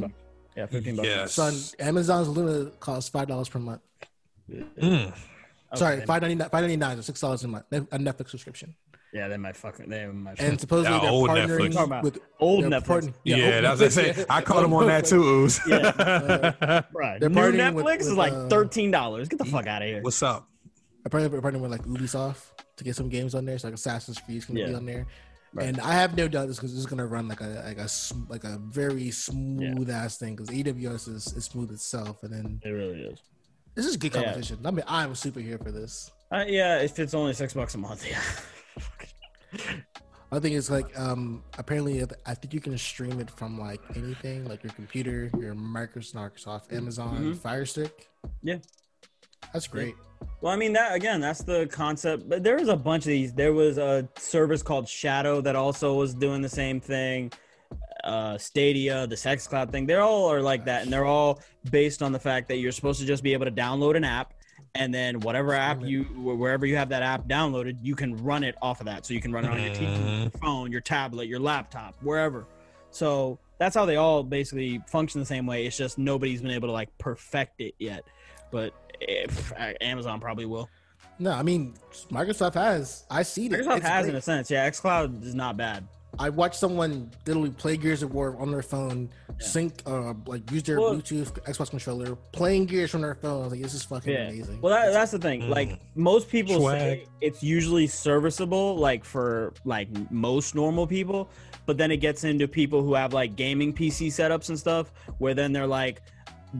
S2: 15.
S5: bucks. Yeah, 15 bucks.
S4: Yes.
S2: Son, Amazon's Luna costs five dollars per month.
S4: Mm.
S5: Okay,
S2: Sorry,
S5: they-
S2: five ninety nine, five ninety nine, or six dollars a month. A Netflix subscription,
S5: Yeah, they might fucking they might
S2: and supposedly
S4: Yeah,
S2: they're
S4: old
S2: partnering
S4: Netflix.
S5: Talking about
S2: with
S5: old
S2: they're
S5: Netflix.
S2: partn-
S4: Yeah,
S2: old
S4: that's what I say.
S2: Netflix, yeah.
S4: I caught him on that
S2: Netflix.
S4: too, Ooze.
S5: Yeah. Right.
S2: They're
S5: New
S2: partnering
S5: Netflix
S2: with-
S5: is
S2: with,
S5: like
S2: uh,
S5: thirteen dollars. Get the fuck out of here.
S4: What's up?
S2: Apparently, we're partnering with like Ubisoft to get some games on there. So like Assassin's Creed can be
S5: Yeah.
S2: on there.
S5: Right.
S2: And I have no doubt this because this is gonna run like a like a sm- like a very smooth ass thing because AWS is, is smooth itself. And then
S5: It really is.
S2: this is good
S5: Yeah.
S2: competition. I mean, I'm super here for this.
S5: Uh, yeah, if it's only six bucks a month, yeah.
S2: I think it's like um apparently if- I think you can stream it from like anything like your computer, your Microsoft, Amazon,
S5: Mhm.
S2: Fire Stick.
S5: Yeah.
S2: that's great.
S5: well, I mean that again. That's the concept. But there was a bunch of these. There was a service called Shadow that also was doing the same thing. Uh, Stadia, the Sex Cloud thing. They all are like that, and they're all based on the fact that you're supposed to just be able to download an app and then whatever app
S2: Stream
S5: you wherever you have that app downloaded you can run it off of that so you can run it on your tv your phone your tablet your laptop wherever so that's how they all basically function the same way it's just nobody's been able to like perfect it yet but eh, pff, amazon probably will
S2: No, I mean Microsoft has. I see it.
S5: microsoft
S2: It's
S5: has
S2: great.
S5: in a sense yeah xcloud is not bad
S2: I watched someone literally play Gears of War on their phone,
S5: Yeah.
S2: sync, uh, like use their
S5: Well-
S2: Bluetooth Xbox controller, playing Gears from their phone. I was like, this is fucking
S5: Yeah.
S2: amazing.
S5: Well, that, that's the thing.
S4: Mm.
S5: Like most people
S4: Swag.
S5: say, it's usually serviceable, like for like most normal people. But then it gets into people who have like gaming PC setups and stuff, where then they're like,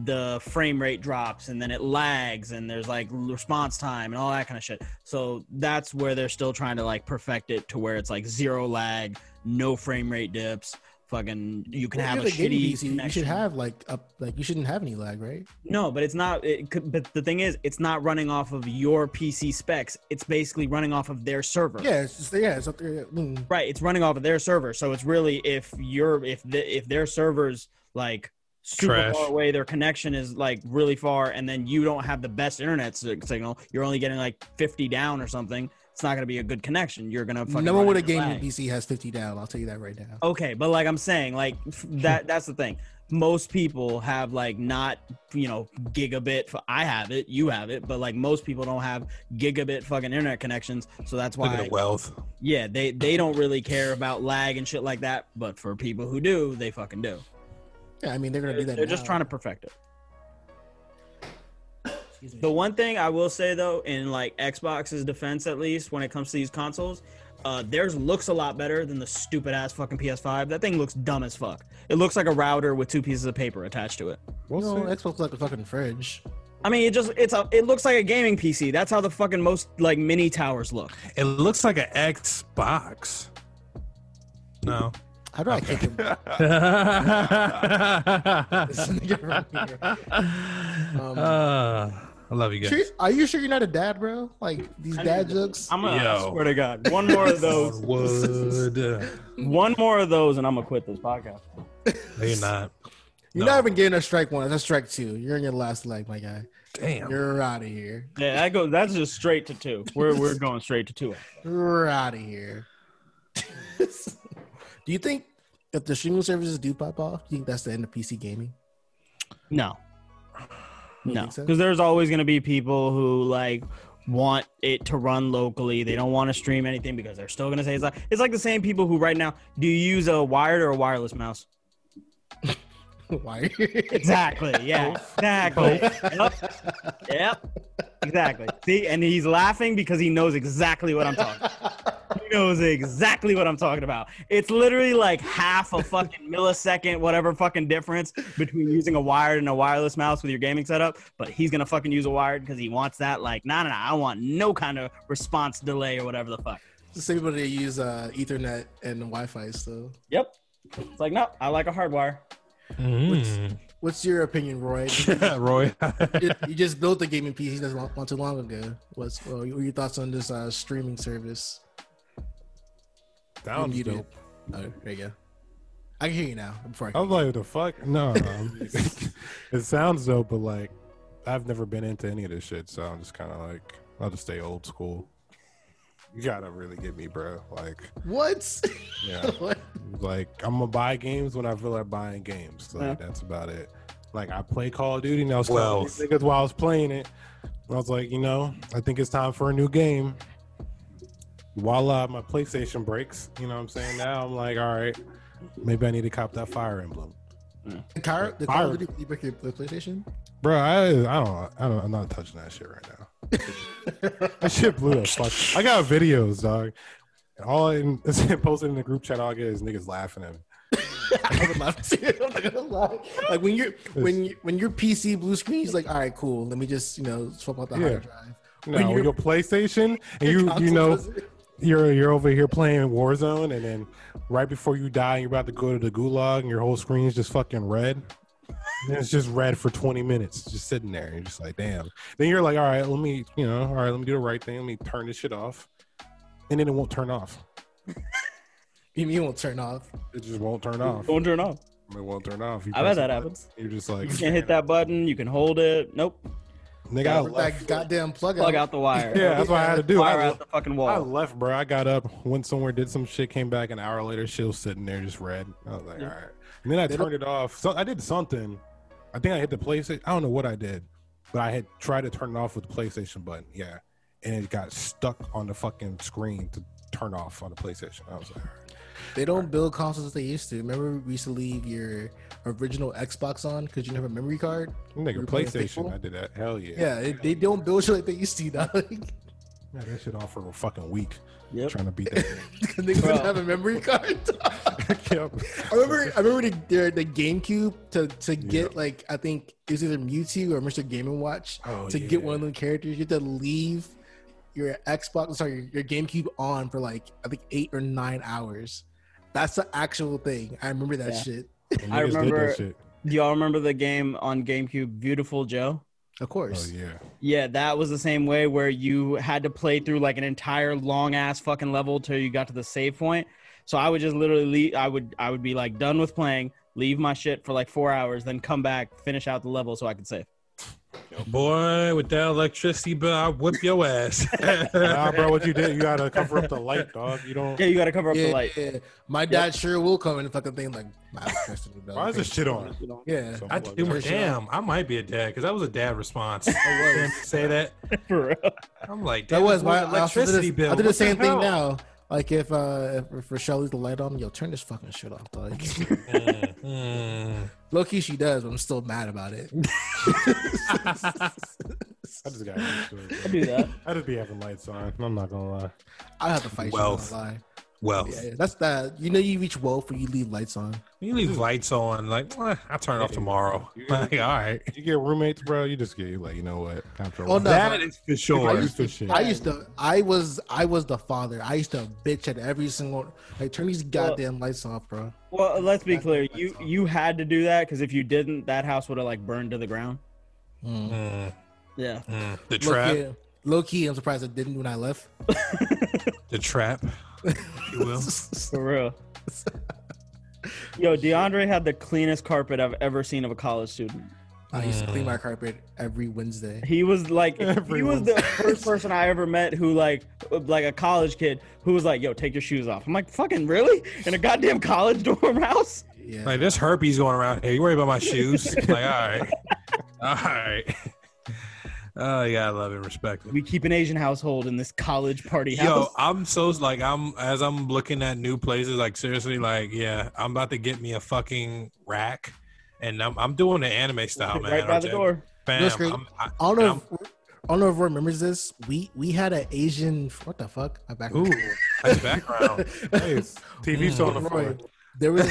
S5: the frame rate drops and then it lags and there's like response time and all that kind of shit. So that's where they're still trying to like perfect it to where it's like zero lag, no frame rate dips. Fucking, you can
S2: Well,
S5: have a
S2: if you're the gaming
S5: shitty.
S2: PC, you
S5: connection.
S2: should have like up, like you shouldn't have any lag, right?
S5: No, but it's not. It, could- but the thing is, it's not running off of your PC specs. It's basically running off of their server.
S2: Yeah, it's just, yeah, it's up there. I mean,
S5: Right. It's running off of their server. So it's really if you're if the, if their servers like super
S4: Trash.
S5: far away, their connection is like really far, and then you don't have the best internet sig- signal. You're only getting like 50 down or something. It's not going to be a good connection. You're going to fucking
S2: no one
S5: run
S2: with a
S5: into
S2: gaming
S5: lag.
S2: PC has 50 down. I'll tell you that right now.
S5: Okay, but like I'm saying, like f- that that's the thing. Most people have like not, you know, gigabit. f- I have it, you have it, but like most people don't have gigabit fucking internet connections. So that's
S4: Look at
S5: why
S4: the wealth.
S5: yeah, they they don't really care about lag and shit like that, but for people who do, they fucking do.
S2: Yeah, I mean they're gonna
S5: They're,
S2: do that.
S5: they're just
S2: now.
S5: trying to perfect it.
S2: Excuse me.
S5: The one thing I will say though, in like Xbox's defense at least, when it comes to these consoles, uh, theirs looks a lot better than the stupid ass fucking PS5. That thing looks dumb as fuck. It looks like a router with two pieces of paper attached to it.
S3: We'll
S2: no,
S3: see.
S2: Xbox looks like a fucking fridge.
S5: I mean, it just it's a it looks like a gaming PC. That's how the fucking most like mini towers look.
S4: It looks like an Xbox. No.
S2: How do I kick him? This nigga right here. Um,
S4: Uh, I love you guys.
S2: Sure- Are you sure you're not a dad, bro? Like these
S5: I
S2: dad
S5: mean,
S2: jokes.
S5: I'm
S4: gonna-
S5: gonna
S4: I Yo.
S5: swear
S4: swear
S5: to God, one more of those,
S4: Lord Wood.
S5: one more of those, and I'm gonna quit this podcast.
S4: No, you're not.
S2: You're
S4: No.
S2: not even getting a strike one. That's strike two. You're in your last leg, my guy.
S4: Damn.
S2: You're out of here.
S5: Yeah, that goes. That's just straight to two. We're we're going straight to two.
S2: You're out of here. do you think if the streaming services do pop off, you think that's the end of PC gaming?
S5: No,
S2: You
S5: no,
S2: think so?
S5: because there's always gonna be people who like want it to run locally. They don't want to stream anything because they're still gonna say it's like it's like the same people who right now do you use a wired or a wireless mouse?
S2: Why?
S5: Exactly. Yeah. Exactly. Yep. Yep. Exactly. See, and he's laughing because he knows exactly what I'm talking. He knows exactly what I'm talking about. It's literally like half a fucking millisecond, whatever fucking difference between using a wired and a wireless mouse with your gaming setup. But he's gonna fucking use a wired because he wants that. Like, nah, nah, nah. I want no kind of response delay or whatever the fuck.
S2: the same people that use uh, Ethernet and Wi-Fi still.
S5: Yep. It's like, nope. I like a hardwire.
S4: Mm.
S2: What's your opinion, Roy?
S4: Roy.
S2: you you just built the gaming PC not long- not too long ago. What's well, what are your thoughts on this uh, streaming service?
S3: Sounds
S2: You do.
S3: dope.
S2: Oh, there you go. I can hear you now. Before I
S3: I was like, what the fuck? No. um, it sounds dope, but like, I've never been into any of this shit, so I'm just kind of like, I'll just stay old school. You gotta really get me, bro. Like,
S2: what?
S3: yeah.
S2: what?
S3: like I'm gonna buy games when I feel like buying games. Like
S5: Yeah.
S3: that's about it. Like I play Call of Duty and I was
S4: Well.
S3: well, niggas while I was playing it. And I was like, you know, I think it's time for a new game. Voila, my PlayStation breaks. You know what I'm saying? Now I'm like, all right, maybe I need to cop that Fire Emblem.
S2: The car? The car?
S3: Fire.
S2: Did you break your PlayStation?
S3: Bro, I, I don't, I don't, I'm not touching that shit right now. That shit blew the fuck. I got videos, dog. And all I posted in the group chat, all I get is niggas laughing at me.
S2: I would love to. I'm not gonna lie. Like when you're when you, when your PC blue screen, is like, all right, cool. Let me just you know swap out the
S3: Yeah.
S2: hard drive. When
S3: No, when
S2: you're-
S3: your PlayStation and you
S2: Console
S3: you know
S2: does it.
S3: you're you're over here playing Warzone and then right before you die you're about to go to the gulag and your whole screen's just fucking red. And it's just red for 20 minutes, just sitting there. You're just like, damn. Then you're like, all right, let me, you know, all right, let me do the right thing. Let me turn this shit off. And then it won't turn off.
S2: You mean it won't turn off?
S3: It just won't turn off. It
S5: Don't turn off.
S3: won't turn off. You
S5: I
S3: press
S5: bet that
S3: the
S5: happens.
S3: button, You're just like,
S5: You can hit that button. You can hold it. Nope.
S3: nigga, I
S2: Gotta work
S3: left.
S2: that goddamn plug,
S5: Plug
S2: out.
S5: out the wire.
S3: Yeah, that's what I had to do. I
S5: Wire
S3: le-
S5: out the fucking wall.
S3: I left, bro. I got up, went somewhere, did some shit, came back an hour later. She was sitting there just red. I was like,
S5: Yeah.
S3: all right. And then I
S2: They
S3: turned it off. So I did something. I think I hit the PlayStation. I don't know what I did, but I had tried to turn it off with the PlayStation button. Yeah. And it got stuck on the fucking screen to turn off on the PlayStation. I was like, all right.
S2: They don't build consoles as they used to. Remember, we used to leave your original Xbox on because you didn't have a memory card.
S3: Nigga,
S2: You're playing
S3: PlayStation.
S2: Fable?
S3: I did that. Hell yeah.
S2: Yeah, they, they don't build shit like they used to. Dog.
S3: Yeah, that shit off for a fucking week.
S5: Yep.
S3: Trying to beat that.
S2: Because niggas
S5: Bro.
S2: didn't have a memory card.
S3: Yep.
S2: I remember, I remember the, the, the GameCube to to get
S3: Yeah.
S2: like I think it was either Mewtwo or Mr. Game and Watch
S3: Oh,
S2: to get one of them characters. You had to leave your Xbox, sorry, your GameCube on for like I think eight or nine hours. That's the actual thing. I remember that
S5: Yeah.
S2: shit.
S3: Niggas
S5: I
S3: did that
S5: remember-
S3: shit.
S5: Do y'all remember the game on GameCube, Beautiful Joe?
S2: Of
S3: Oh
S2: course.
S3: yeah.
S5: Yeah, that was the same way where you had to play through like an entire long ass fucking level till you got to the save point. So I would just literally leave, I would I would be like done with playing, leave my shit for like 4 hours, then come back, finish out the level so I could save.
S4: Boy, with that electricity bill, I whip your ass.
S3: Nah, bro, what you did? You gotta cover up the light, dog. You don't.
S5: Yeah, you got to cover up the
S2: Yeah,
S5: light.
S2: yeah. my dad sure will come in the fucking thing like. "Wow, that's the bell."
S3: Why is this shit on?
S2: Yeah,
S3: So-
S4: I do,
S2: For sure.
S4: damn, I might be a dad because that was a dad response.
S2: I was.
S4: say that.
S5: For real.
S4: I'm like,
S2: That
S4: damn,
S2: was
S4: what
S2: why I also did,
S4: electricity
S2: this,
S4: bill.
S2: I did the
S4: What
S2: same thing
S4: hell?
S2: now. Like if uh if, if Rochelle leaves the light on, yo, turn this fucking shit off, dog.
S4: Mm, mm.
S2: Low key she does, but I'm still mad about it.
S3: I just got. used to it, bro.
S5: I do that.
S3: I just be having lights on. I'm not gonna lie.
S2: I have to fight
S4: Wealth.
S2: you. I'm not gonna
S4: well,
S2: Lie. Yeah, that's that. You know you reach wealth when you leave lights on.
S4: you leave lights on. Like, "Mwah, I'll turn it off tomorrow. Like, all right.
S3: You get roommates, bro. You just get like, you know what? After a
S2: Oh,
S3: while,
S2: no.
S4: That is for
S3: you get
S4: sure.
S3: used to shit.
S2: I used to. I was. I was the father. I used to bitch at every single. Like turn these goddamn lights off, bro.
S5: Well, let's be
S2: That's
S5: clear.
S2: what I
S5: You
S2: thought.
S5: you had to do that because if you didn't, that house would have like burned to the ground.
S2: Mm.
S4: Mm,
S5: Yeah.
S4: mm. The
S2: Low
S4: trap.
S2: key, low key, I'm surprised it didn't when I left.
S4: The trap. If you will.
S5: For real. Yo, DeAndre had the cleanest carpet I've ever seen of a college student.
S2: I used to clean
S4: Mm.
S2: my carpet every Wednesday.
S5: He was like, he was
S3: Everyone.
S5: the first person I ever met who like, like a college kid who was like, "Yo, take your shoes off." I'm like, "Fucking really? In a goddamn college dorm house?"
S2: Yeah.
S4: Like, there's herpes going around here. You worry about my shoes. like, all right. All right. Oh, yeah, I love and respect it.
S5: We keep an Asian household in this college party
S4: Yo,
S5: house.
S4: I'm so like I'm as I'm looking at new places. Like seriously, like yeah, I'm about to get me a fucking rack, and I'm I'm doing the anime style, man.
S5: right by
S4: I'm
S5: the
S4: just-
S5: door.
S4: Bam,
S2: That's great.
S4: I'm- I-
S2: I don't know. If, I don't know if Roy remembers this. We we had an Asian. What the fuck? I back.
S4: ooh, that's background.
S3: Nice. TV's
S4: Mm.
S3: on the floor.
S2: There was.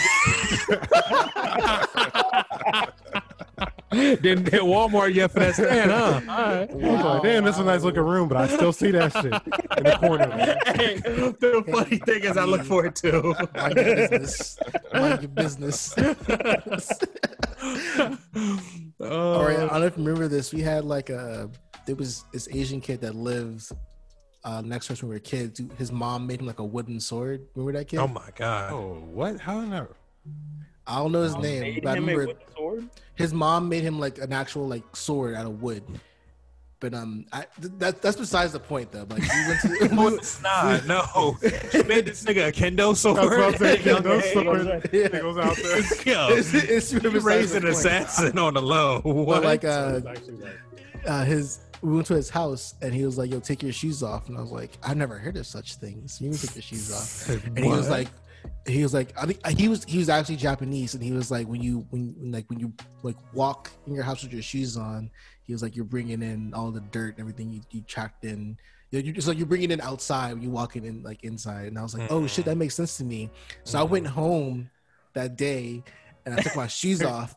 S4: Didn't hit Walmart yet for that stand, huh? All right.
S3: I'm like, damn, this is a nice looking room, but I still see that shit in the corner.
S4: Hey, the funny thing is, I look for it too.
S2: Mind your business. Mind your business.
S4: Uh,
S2: All right, I don't know if you remember this. We had like a there was this Asian kid that lives uh, next to us when we were kids. His mom made him like a wooden sword. Remember that kid?
S4: Oh my god.
S3: Oh, what? How in the
S2: I don't know his
S3: Mom
S2: name,
S5: Made
S2: but I
S5: him a
S2: remember
S5: wooden sword.
S2: his mom made him like an actual like sword out of wood. But um, I, th- that that's besides the point though. Like we went to.
S4: No, it's not. No, she made this nigga a kendo sword.
S3: That's what I'm saying.
S5: Yeah,
S3: Those
S5: yeah,
S3: sword
S5: yeah.
S3: niggas out there.
S4: Yo,
S2: it's, it's really
S4: you
S2: besides
S4: raised
S2: the
S4: an
S2: point.
S4: assassin on the low. What?
S2: But like uh,
S3: It's actually like-
S2: uh, his we went to his house and he was like, "Yo, take your shoes off," and I was like, "I never heard of such things. You need to take your shoes off." And he was
S4: What?
S2: like, he was like, I think he was he was actually Japanese, and he was like, when you when when, like when you like walk in your house with your shoes on, he was like, you're bringing in all the dirt and everything you you tracked in. You know, you just like you're bringing it outside when you walking in like inside, and I was like, oh shit, that makes sense to me. So I went home that day and I took my shoes off.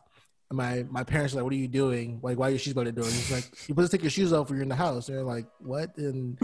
S2: And my my parents were like, "What are you doing? Like, why are your shoes by the door?" And he's like, "You're supposed to take your shoes off when you're in the house." And they're like, "What?" And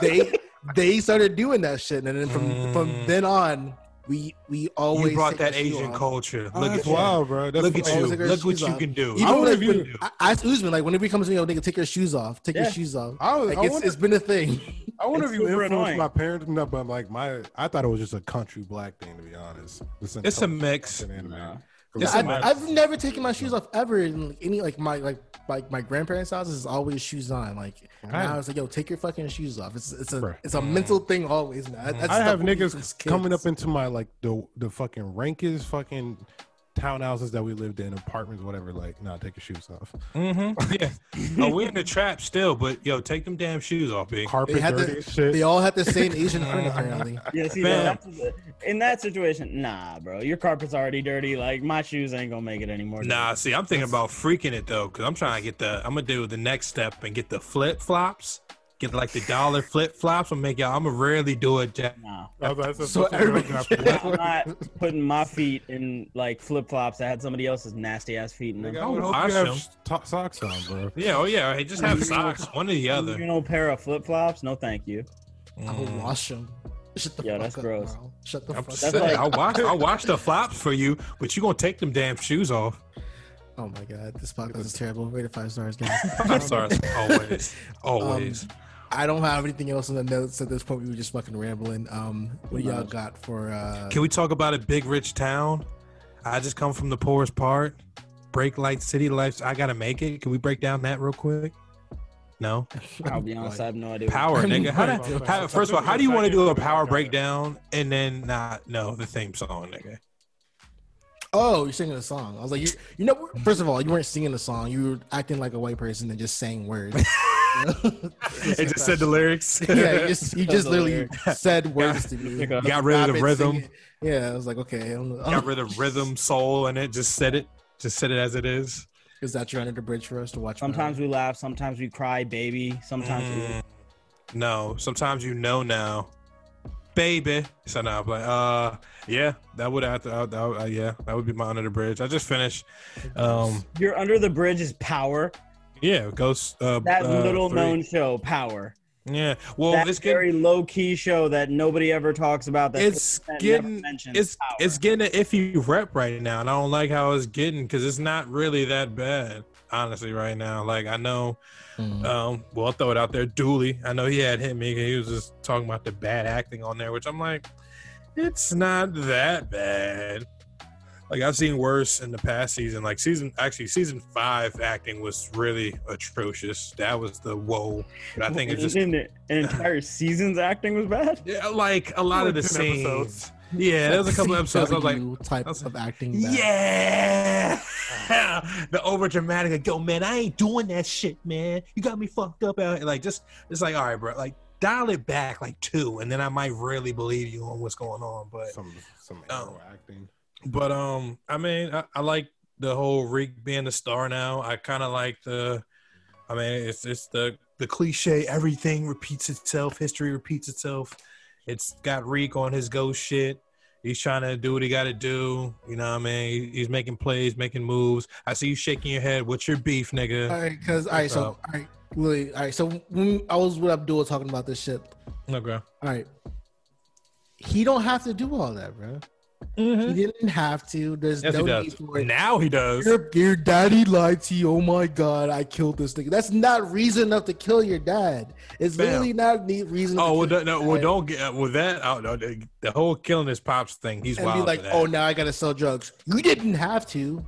S2: they they started doing that shit. And then from from
S4: Mm.
S2: then on, we we always
S4: you brought
S2: take
S4: that
S2: our shoe Uh,
S4: Asian
S2: off.
S4: culture.
S3: Oh,
S4: Look at
S3: that's
S4: you.
S3: wild, bro. That's
S4: Look at
S2: Always
S4: you.
S2: take our
S4: Look what
S2: shoes
S4: you
S2: off.
S4: can do.
S2: Even
S3: I wonder
S2: like
S3: if you-
S2: when, I, I asked Usman like whenever he comes to me, yo, nigga, take your shoes off, take
S5: Yeah.
S2: your shoes off.
S3: I, was,
S2: Like
S3: I
S2: it's,
S3: wonder,
S2: it's been a thing.
S3: I wonder if
S5: it's
S3: you
S5: super
S3: influenced
S5: annoying.
S3: my parents, no, but like my, I thought it was just a country black thing to be honest. This
S4: It's a mix.
S3: anime.
S5: Nah.
S2: Yeah,
S4: It's
S2: I,
S4: a matter-
S2: I've never taken my shoes off ever in like, any like my like like my grandparents' houses is always shoes on. Like now it's like yo, take your fucking shoes off. It's it's a
S3: Bruh. Mm.
S2: it's a mental thing always. Now. That- That's
S3: I
S2: stuff
S3: have
S2: we do since
S3: niggas
S2: kids.
S3: coming up into my like the the fucking rankest fucking townhouses that we lived in, apartments, whatever. Like, nah, take your shoes off.
S4: Mm-hmm. Yeah. oh, we in the trap still, but yo, take them damn shoes off, big.
S3: Carpet
S2: They had
S3: dirty
S2: the-
S3: as shit.
S2: They all had the same Asian print apparently.
S5: Yeah, see,
S4: Fam.
S5: that's, in that situation, nah, bro, your carpet's already dirty. Like my shoes ain't gonna make it anymore.
S4: Nah, see, I'm thinking about freaking it though, because I'm trying to get the. I'm gonna do the next step and get the flip flops. Get like the dollar flip flops. I'm make y'all. I'm gonna rarely do it. Jack.
S5: nah.
S3: That's- that's- that's
S2: So
S3: what we're
S2: everybody-
S3: looking at.
S5: I'm not putting my feet in like flip flops that had somebody else's nasty ass feet in
S3: Nigga,
S5: them.
S3: I would hope
S4: Wash
S3: you have
S4: them.
S3: s- to- socks on, bro.
S4: Yeah. Oh yeah. Hey, just have socks. One or the
S5: You
S4: other.
S5: know, pair of flip flops? No, thank you.
S2: I would wash them. Shut the
S5: Yo,
S2: fuck
S5: that's
S2: up,
S5: gross.
S2: bro. Shut the
S4: I'm
S2: fuck
S5: That's
S4: saying,
S5: like-
S2: up.
S4: I'll wash. I'll wash the flops for you, but you gonna take them damn shoes off.
S2: Oh my god, this podcast is terrible. Rate it five stars, guys. Um,
S4: I'm sorry. Always. Always.
S2: I don't have anything else in the notes at this point. We were just fucking rambling. Um, what do y'all got for? uh
S4: Can we talk about a big rich town? I just come from the poorest part. Break light city life. I gotta make it. Can we break down that real quick? No.
S5: I'll be honest, I have no idea.
S4: Power, nigga. How,
S2: Right.
S4: the- how- first of all, how do you want to do a power breakdown and then not know the theme song, nigga?
S2: Oh, you're singing a song. I was like, you, you know, first of all, you weren't singing a song. You were acting like a white person and just saying words.
S4: It just said the lyrics.
S2: yeah, you just, you
S5: That was
S2: just literally said words to me.
S5: Pick up.
S4: Got rid of
S2: I've
S4: the
S2: been
S4: rhythm.
S2: singing- Yeah, I was like, okay, I don't know.
S4: Got rid of rhythm, soul, and it just said it. Just said it as it is.
S2: Is that your under the bridge for us to watch?
S5: Sometimes we laugh, sometimes we cry, baby. Sometimes
S4: Mm, no. Sometimes you know now, baby. So now I'm like, uh, yeah, that would have to, uh, uh, yeah, that would be my under the bridge. I just finished, um,
S5: we. You're Under the Bridge is Power.
S4: yeah, Ghost. Uh,
S5: That
S4: uh,
S5: little
S4: three.
S5: known show, Power.
S4: Yeah. Well,
S5: that
S4: it's getting
S5: very low key show that nobody ever talks about. That
S4: it's
S5: 50% never
S4: getting
S5: mentions
S4: it's
S5: Power.
S4: it's getting an iffy rep right now, and I don't like how it's getting because it's not really that bad, honestly, right now. Like I know,
S2: Mm.
S4: um, well, I'll throw it out there, Dooley. I know he had hit me. He was just talking about the bad acting on there, which I'm like, it's not that bad. Like I've seen worse in the past season. Like season actually season five acting was really atrocious. That was the whoa. But I think it's just
S5: Isn't it- an entire season's acting was bad.
S4: yeah, like a lot of the
S3: 10
S4: scenes.
S3: episodes.
S4: Yeah, there was a couple episodes. I was like,
S2: CW type
S4: I was like,
S2: of acting. that-
S4: Yeah. the over dramatic, like, yo, man, I ain't doing that shit, man. You got me fucked up out. Like, just, it's like, all right, bro, like, dial it back, like, two, and then I might really believe you on what's going on. But,
S3: Some some
S4: Oh.
S3: arrow acting.
S4: but, um, I mean, I, I like the whole Reek being the star now. I kind of like the, I mean, it's, it's the, the cliche, everything repeats itself, history repeats itself. It's got Reek on his ghost shit. He's trying to do what he got to do. You know what I mean? He- He's making plays, making moves. I see you shaking your head. What's your beef,
S2: All
S4: nigga?
S2: right, because all right, so all
S4: So-
S2: right, Lily, all right, so when I was with Abdul talking about this shit.
S4: Okay.
S2: All right, he don't have to do all that, bro.
S4: Hmm?
S2: He didn't have to. There's
S4: Yes, he
S2: no need
S4: does.
S2: for it.
S4: Now he does.
S2: Your, your daddy lied to you. Oh my god, I killed this nigga. That's not reason enough to kill your dad. It's
S4: Bam.
S2: literally not neat reason.
S4: Oh, well,
S2: to kill
S4: don't- no, well, don't get with that. Oh, no, the, the whole killing his pops thing. He's
S2: and be
S4: wild.
S2: like,
S4: for that.
S2: oh, now I gotta sell drugs. You didn't have to.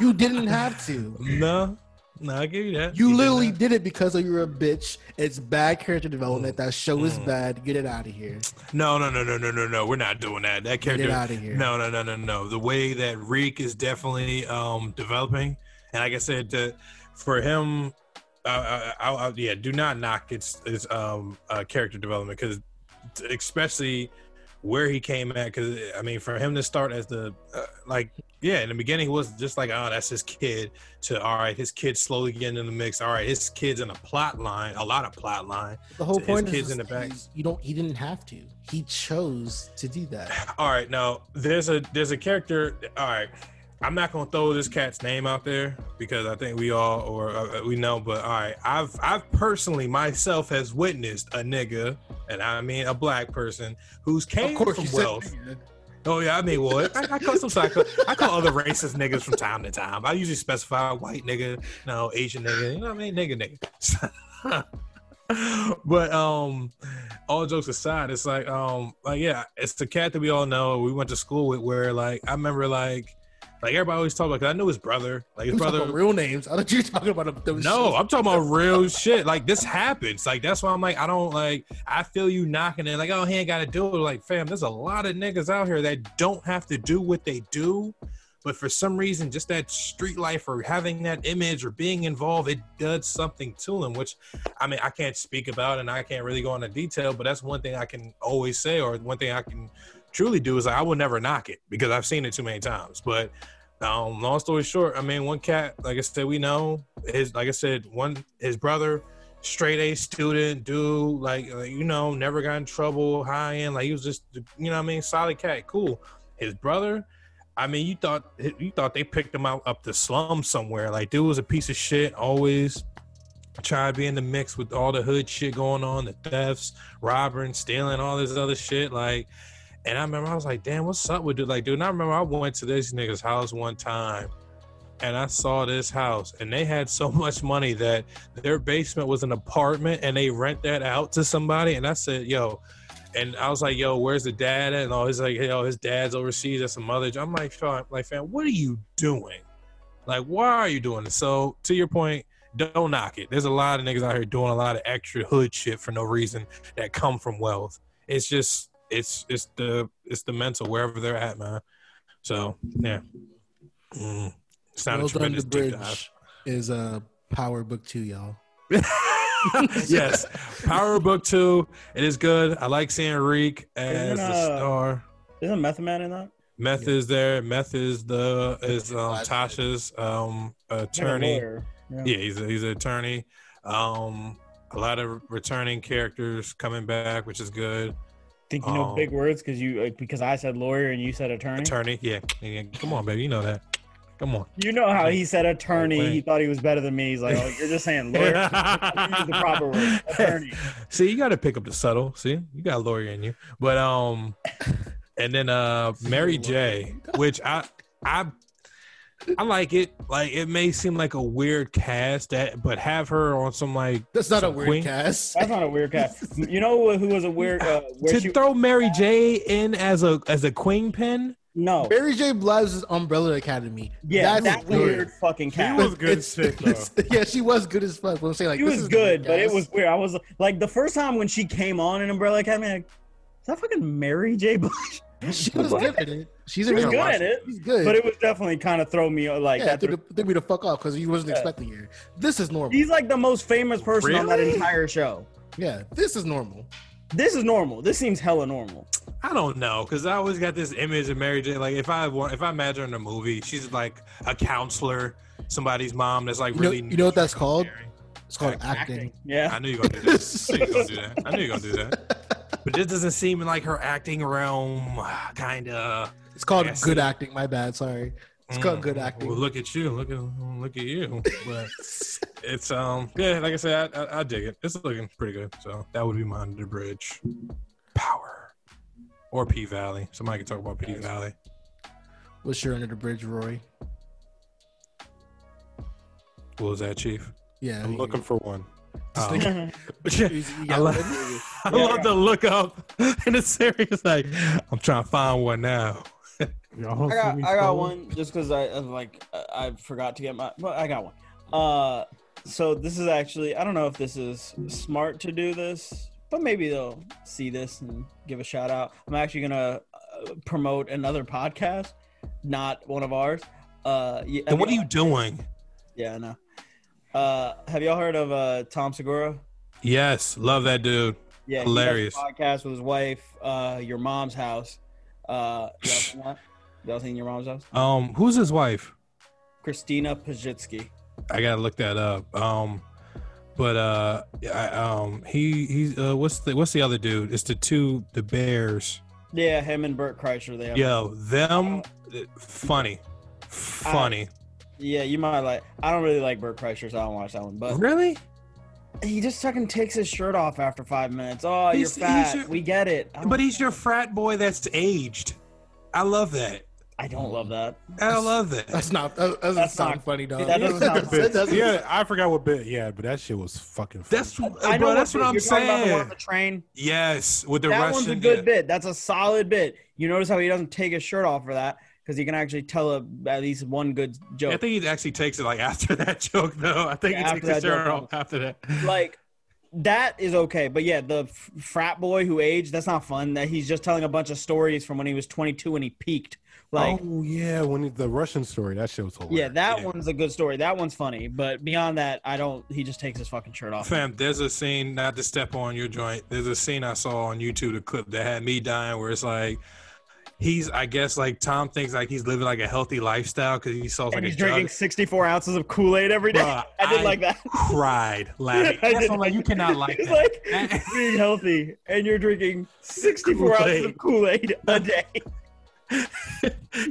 S2: you didn't have to.
S4: no. No, I give you that.
S2: You
S4: He did
S2: literally
S4: that.
S2: did it because of you're a bitch. It's bad character development. That show is
S4: Mm.
S2: bad. Get it out of here.
S4: No, no, no, no, no, no, no. We're not doing that. That
S2: Get
S4: character.
S2: it out of here.
S4: No, no, no, no, no. The way that Reek is definitely um developing, and like I said, to, for him, uh, I, I, I, yeah, do not knock its its um uh, character development because, especially where he came at. Because I mean, for him to start as the uh, like yeah, in the beginning it was just like oh that's his kid to all right his kid slowly getting in the mix. All right, his kid's in a plot line, a lot of plot line.
S2: The whole
S4: His
S2: point is,
S4: kids
S2: is
S4: in the back.
S2: you don't. He didn't have to. He chose to do that.
S4: all right now there's a there's a character all right i'm not gonna throw this cat's name out there because i think we all or uh, we know but all right i've i've personally myself has witnessed a nigga and i mean a black person who's came
S2: of course,
S4: from
S2: you said
S4: wealth oh yeah i mean well i, I call some I call, I call other racist niggas from time to time i usually specify white nigga no asian nigga you know what i mean nigga nigga but um all jokes aside it's like um like yeah it's the cat that we all know we went to school with where like i remember like Like everybody always talk about. Cause I knew his brother. Like his
S2: You talking
S4: brother.
S2: about real names. I thought you were talking about them.
S4: No, I'm talking about real shit. Like this happens. Like that's why I'm like, I don't like. I feel you knocking it. Like, oh, he ain't got to do it. Like, fam, there's a lot of niggas out here that don't have to do what they do, but for some reason, just that street life or having that image or being involved, it does something to them. Which, I mean, I can't speak about and I can't really go into detail. But that's one thing I can always say, or one thing I can truly do is like, I will never knock it because I've seen it too many times. But um, long story short, I mean, one cat, like I said, we know his, like I said, one his brother, straight A student, dude, like, like, you know, never got in trouble, high end, like he was just, you know, what I mean, solid cat, cool. His brother, I mean, you thought you thought they picked him out up the slum somewhere, like dude was a piece of shit, always trying to be in the mix with all the hood shit going on, the thefts, robbing, stealing, all this other shit, like. And I remember I was like, damn, what's up with dude? Like, dude, and I remember I went to this nigga's house one time and I saw this house and they had so much money that their basement was an apartment and they rent that out to somebody. And I said, yo, and I was like, yo, where's the dad at? And all he's like, yo, his dad's overseas at some other. I'm like, Sean, like, fam, what are you doing? Like, why are you doing this? So to your point, don't knock it. There's a lot of niggas out here doing a lot of extra hood shit for no reason that come from wealth. It's just it's it's the it's the mental wherever they're at, man. So yeah, Mm. it's not
S2: Well
S4: a
S2: done,
S4: tremendous
S2: the
S4: deep dive.
S2: bridge is a uh, power book two, y'all.
S4: yes, Power Book Two. It is good. I like seeing Reek as
S5: Isn't,
S4: the
S5: uh,
S4: star.
S5: Isn't Method Man in that?
S4: Meth
S2: Yeah.
S4: is there. Meth is the is um,
S2: Last
S4: Tasha's um
S5: He's like a
S4: attorney.
S5: lawyer.
S4: Yeah, he's a, he's an attorney. Um, a lot of returning characters coming back, which is good.
S5: Think you know
S4: Um,
S5: big words because you like, because I said lawyer and you said attorney.
S4: Attorney, yeah. yeah. Come on, baby, you know that. Come on.
S5: You know how he said attorney.
S4: Wait.
S5: He thought he was better than me. He's like, oh, you're just saying lawyer. Use the proper word, attorney.
S4: See, you got to pick up the subtle. See, you got a lawyer in you. But um, and then uh, Mary J, which I I I like it. Like it may seem like a weird cast that, but have her on some like
S2: That's not a
S4: Some
S2: weird
S4: queen.
S2: cast.
S5: That's not a weird guy. You know who was a weird? Uh, where
S4: to
S5: she,
S4: throw Mary J in as a as a queen pin.
S5: no.
S2: Mary J. Blige's Umbrella Academy.
S5: Yeah,
S2: That's
S5: that
S2: weird.
S5: weird fucking
S3: He
S5: cat.
S3: was good as
S2: It's-
S3: shit though.
S2: yeah, she was good as fuck. But I'm saying like
S5: She
S2: this
S5: was
S2: is
S5: good,
S2: weird
S5: but it
S2: cast.
S5: was weird. I was like, the first time when she came on in Umbrella Academy, like, is that fucking Mary J. Blige?
S2: She was
S5: What?
S2: good at it. She's
S5: She was
S2: a
S5: good
S2: good.
S5: at it,
S2: She's good.
S5: but it was definitely kind of throw me uh, like.
S2: yeah,
S5: that
S2: threw, the- threw me the fuck off because you wasn't
S5: Yeah.
S2: expecting her. This is normal.
S5: He's like the most famous person on that
S4: Really?
S5: entire show.
S2: yeah, this is normal.
S5: This is normal. This seems hella normal.
S4: I don't know, cause I always got this image of Mary J. Like if I want, if I imagine her in a movie, she's like a counselor, somebody's mom that's like
S2: You know,
S4: really.
S2: you know what that's called? It's called
S4: Act-
S2: acting.
S5: Yeah.
S4: I knew you were gonna do that. I knew you were gonna do that. I knew you were gonna do that. But this doesn't seem like her acting realm, kind of.
S2: It's called
S4: Yes.
S2: good acting. My bad. Sorry. It's called good acting.
S4: Mm, Well, look at you. Look at look at you. But it's um yeah, like I said, I, I, I dig it. It's looking pretty good. So that would be my under bridge, power, or P Valley. Somebody can talk about P Valley.
S2: What's your under the bridge, Roy?
S4: What was that, Chief?
S2: Yeah.
S3: I'm
S2: you-
S3: looking for one.
S4: Oh.
S2: you- you
S4: I
S2: got
S4: love,
S2: one?
S4: I love the look up in the series. Like I'm trying to find one now.
S5: I got, I got one just because I I'm like uh, I I forgot to get my. But I got one. Uh, so this is actually I don't know if this is smart to do this, but maybe they'll see this and give a shout out. I'm actually gonna uh, promote another podcast, not one of ours. Uh, yeah,
S4: Then what are you doing?
S5: Yeah, I know. Uh, have y'all heard of uh Tom Segura?
S4: Yes, love that dude.
S5: Yeah, he does a
S4: Hilarious.
S5: podcast with his wife. Uh, your mom's house. Uh, y'all seen that? Y'all seen your mom's house?
S4: Um, who's his wife?
S5: Christina Pajitsky.
S4: I gotta look that up. Um, but uh, I, um, he he's uh, what's the what's the other dude? It's the two the Bears.
S5: Yeah, him and Burt Kreischer. They have, yeah.
S4: Yo, them funny, funny.
S5: you might like. I don't really like Burt Kreischer, so I don't watch that one. But
S4: really?
S5: he just fucking takes his shirt off after five minutes. Oh,
S4: He's-
S5: you're fat.
S4: he's your-
S5: we get it. I don't-
S4: But he's your frat boy that's aged. I love that.
S5: I don't love that.
S4: I love that.
S2: That's not. That that doesn't
S5: That's
S2: sound
S5: not-
S2: funny, dog.
S5: that doesn't sound
S2: That
S5: funny.
S2: doesn't-
S3: Yeah, I forgot what bit. Yeah, but that shit was fucking. Funny.
S4: That's
S5: I know
S4: Uh, bro, that's what
S5: bit-
S4: I'm
S5: you're talking About the one on
S4: saying.
S5: the train.
S4: Yes, with the
S5: that
S4: Russian.
S5: one's a good bit. That's a solid bit. You notice how he doesn't take his shirt off for that because you can actually tell a, at least one good joke.
S4: I think he actually takes it like after that joke though. I think
S5: Yeah,
S4: he
S5: after
S4: takes
S5: that
S4: his shirt
S5: joke.
S4: off after that.
S5: like that is okay but yeah the f- frat boy who aged that's not fun that he's just telling a bunch of stories from when he was 22 and he peaked like
S3: oh yeah, when he- the Russian story that shit was hilarious.
S5: yeah that
S4: yeah.
S5: one's a good story that one's funny but beyond that i don't he just takes his fucking shirt off
S4: Fam, there's a scene, not to step on your joint, there's a scene I saw on YouTube, the clip that had me dying, where it's like, he's, I guess, like Tom thinks like he's living like a healthy lifestyle because he saw like
S5: and
S4: a
S5: he's drinking
S4: jug.
S5: 64 ounces of kool-aid every day
S4: Bruh,
S5: i did like that
S4: Cried laughing.
S5: I
S4: That's what
S5: did
S4: I'm like, you cannot like
S5: it's
S4: that.
S5: like being healthy and you're drinking 64 ounces of kool-aid a day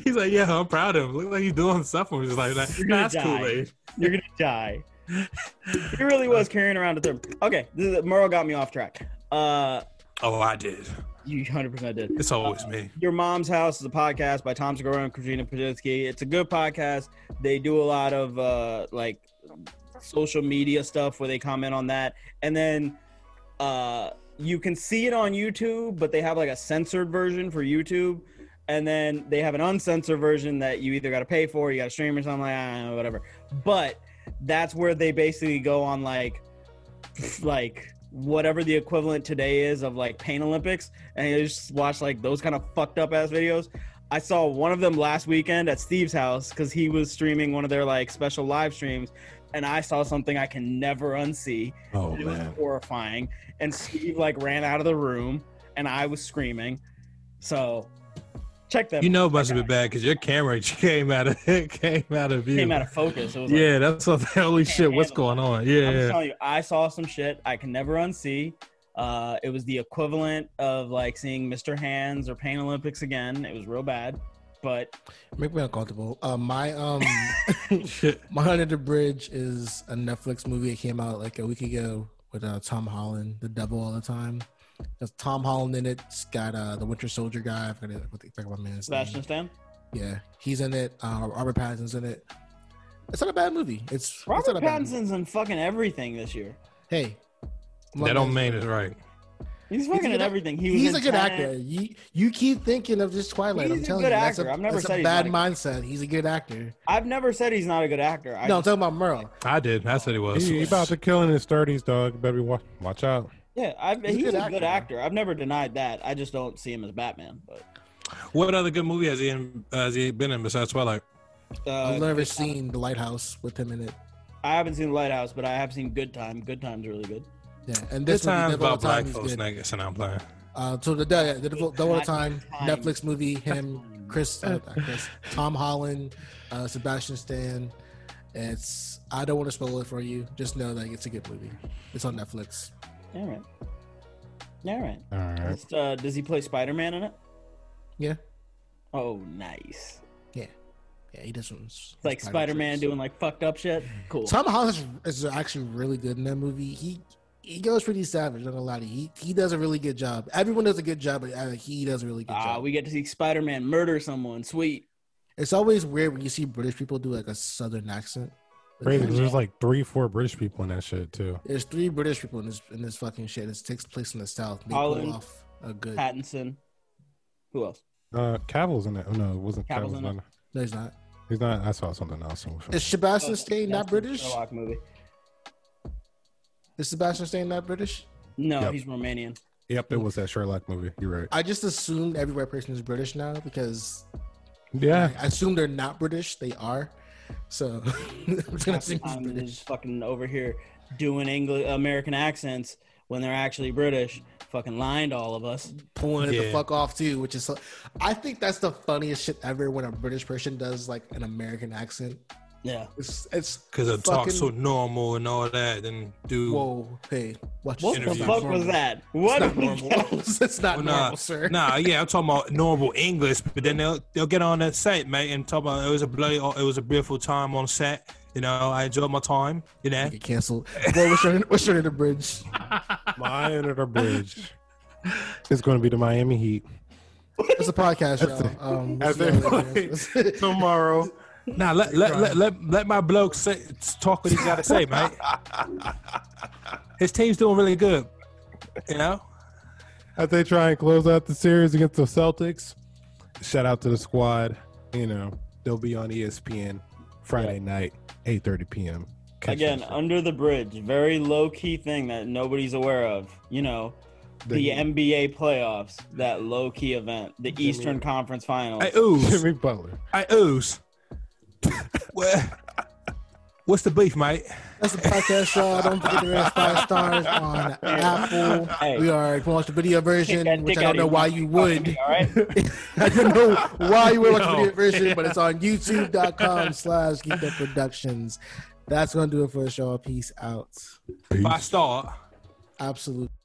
S4: he's like, yeah, I'm proud of him. Look like he's doing stuff. I'm just like, that.
S5: You're gonna
S4: that's
S5: die.
S4: cool, eh?
S5: You're gonna die. He really was carrying around a therm. Okay, this is, Merle got me off track. Uh,
S4: Oh, I did.
S5: you 100% did.
S4: It's always me.
S5: Your Mom's House is a podcast by Tom Segura and Katrina Pajitsky. It's a good podcast. They do a lot of uh, like social media stuff where they comment on that, and then uh, you can see it on YouTube, but they have like a censored version for YouTube, and then they have an uncensored version that you either got to pay for, you got to stream or something like I don't know, whatever. But that's where they basically go on like like whatever the equivalent today is of like pain olympics and you just watch like those kind of fucked up ass videos i saw one of them last weekend at steve's house because he was streaming one of their like special live streams and i saw something i can never unsee
S3: Oh
S5: it was
S3: man,
S5: horrifying and steve like ran out of the room and i was screaming so check that
S4: You know, it must have been bad because your camera came out of it came out of you.
S5: came out of focus it was like,
S4: yeah, that's what. Holy shit! What's
S5: handle
S4: going on?
S5: I'm just
S4: Yeah.
S5: telling you, I saw some shit I can never unsee. Uh, it was the equivalent of like seeing Mr. Hands or Pain Olympics again. It was real bad, but
S2: Make me uncomfortable. Uh, my um,
S4: Shit.
S2: my under the bridge is a Netflix movie that came out like a week ago with uh, Tom Holland, the devil all the time. There's Tom Holland in it. It's got uh, the Winter Soldier guy. I forget what the fuck my man's name.
S4: Mm.
S5: Sebastian Stan.
S2: Yeah, he's in it. Uh, Robert Pattinson's in it. It's not a bad movie. It's it's
S5: Robert
S2: not a bad movie.
S5: Pattinson's in fucking everything this year.
S2: Hey,
S4: That don't mean it's right.
S5: He's
S2: He's a
S5: fucking in
S2: good-
S5: everything. He was
S2: He's
S5: in
S2: a good
S5: Tenet.
S2: actor. You you keep thinking of just Twilight.
S5: He's
S2: I'm
S5: a
S2: telling
S5: good
S2: you, that's
S5: actor.
S2: a,
S5: I've never
S2: that's
S5: said
S2: a
S5: he's
S2: bad
S5: not
S2: mindset. He's a good actor.
S5: I've never said he's not a good actor. I
S2: no, I'm talking about Merle.
S4: I did. That's what it was.
S3: he, he about to kill in his thirties, dog. Better watch, watch out.
S5: yeah, I've,
S2: He's a
S5: he's,
S2: good
S5: a good
S2: actor.
S5: actor. I've never denied that. I just don't see him as Batman. But
S4: What other good movie has he in, has he been in besides Twilight?
S5: uh,
S2: I've never seen The Lighthouse with him in it.
S5: I haven't seen Lighthouse, but I have seen Good Time. Good Time's really good.
S2: Yeah, and
S4: This
S2: this movie,
S4: time's
S2: Devil All
S4: about
S2: the time
S4: black
S2: he's
S4: folks,
S2: good.
S4: niggas, and I'm playing.
S2: Uh, so the yeah, the Devil Devil All the
S5: Not
S2: time
S5: Time.
S2: Netflix movie. Him, Chris, uh, not Chris, Tom Holland, uh, Sebastian Stan. It's I don't want to spoil it for you. Just know that it's a good movie. It's on Netflix.
S5: All right. All right.
S3: All right.
S5: Just, uh, does he play Spider Man in it?
S2: Yeah,
S5: Oh, nice.
S2: yeah, he does some s-
S5: It's like Spider Man
S2: tricks.
S5: doing like fucked up shit. Cool.
S2: Tom Holland is actually really good in that movie. He he goes pretty savage. Not gonna lie to you. He he does a really good job. Everyone does a good job, but uh, he does a really good
S5: Ah,
S2: job.
S5: we get to see Spider Man murder someone. Sweet.
S2: it's always weird when you see British people do like a southern accent.
S3: Crazy. 'cause There's like three, four British people in that shit too.
S2: There's three British people in this in this fucking shit. It takes place in the South. They
S5: Holland.
S2: pull off a good.
S5: Pattinson. Who else?
S3: Uh, Cavill's in it. Oh, no, it wasn't
S5: Cavill's
S3: Cavill's.
S5: in
S3: in it.
S2: No, he's not.
S3: He's not. I saw something else.
S2: Is
S5: Oh,
S2: Sebastian Stain not
S5: that's the
S2: British?
S5: Sherlock movie.
S2: Is Sebastian Stain not British?
S5: No,
S3: Yep.
S5: he's Romanian.
S3: Yep, it was that Sherlock movie. You're right.
S2: I just assumed every white person is British now because
S3: Yeah,
S2: I assume they're not British. They are. So I'm just gonna
S5: Half the
S2: assume he's
S5: time They're
S2: British.
S5: just fucking over here doing English American accents when they're actually British. Fucking lying to all of us.
S2: pulling it the
S4: Yeah.
S2: fuck off too, which is so, I think that's the funniest shit ever when a British person does like an American accent.
S5: Yeah.
S2: It's it's
S4: Because it
S2: fucking,
S4: talks so normal and all that. And dude,
S2: whoa, hey, watch
S5: What the
S4: Interview.
S5: fuck was that? What?
S2: It's not
S5: was
S2: normal.
S5: that?
S2: it's not
S4: Well, nah,
S2: normal, sir.
S4: nah, yeah, I'm talking about normal English, but then they'll they'll get on that set, mate, and talk about it was a bloody, it was a beautiful time on set. You know, I enjoyed my time. You know,
S2: Get canceled. Boy, what's your what's your the bridge?
S3: my under the bridge. It's going to be the Miami Heat
S2: It's a podcast, y'all. Um, we'll
S3: As
S2: see
S3: they
S2: y'all later,
S3: play.
S2: guys.
S3: tomorrow.
S4: nah, let let, let let let my bloke say, talk what he's got to say, mate. His team's doing really good. You know,
S3: As they try and close out the series against the Celtics, shout out to the squad. you know, they'll be on E ESPN Friday night, eight thirty p.m. Catch
S5: Again,
S3: that
S5: uh,
S3: shit.
S5: under the bridge, very low key thing that nobody's aware of. You know, the,
S3: They-
S5: NBA playoffs, that low key event, the
S3: Jimmy-
S5: Eastern Conference Finals.
S4: I ooze.
S3: Jimmy Butler.
S4: I ooze. Well, What's the beef, mate?
S2: That's the podcast, y'all. Don't forget to rate us five stars on Apple.
S5: Hey.
S2: We are if you watch the video
S5: Kick
S2: version,
S5: that
S2: which
S5: dick
S2: I
S5: out
S2: don't
S5: of
S2: know
S5: your
S2: why you would.
S5: mouth, fucking me, All right.
S2: I don't know why you would watch the
S4: No.
S2: video version, but it's on youtube.com slash geek Up productions. That's gonna do it for us, y'all. Peace out.
S4: If I start.
S2: Absolutely.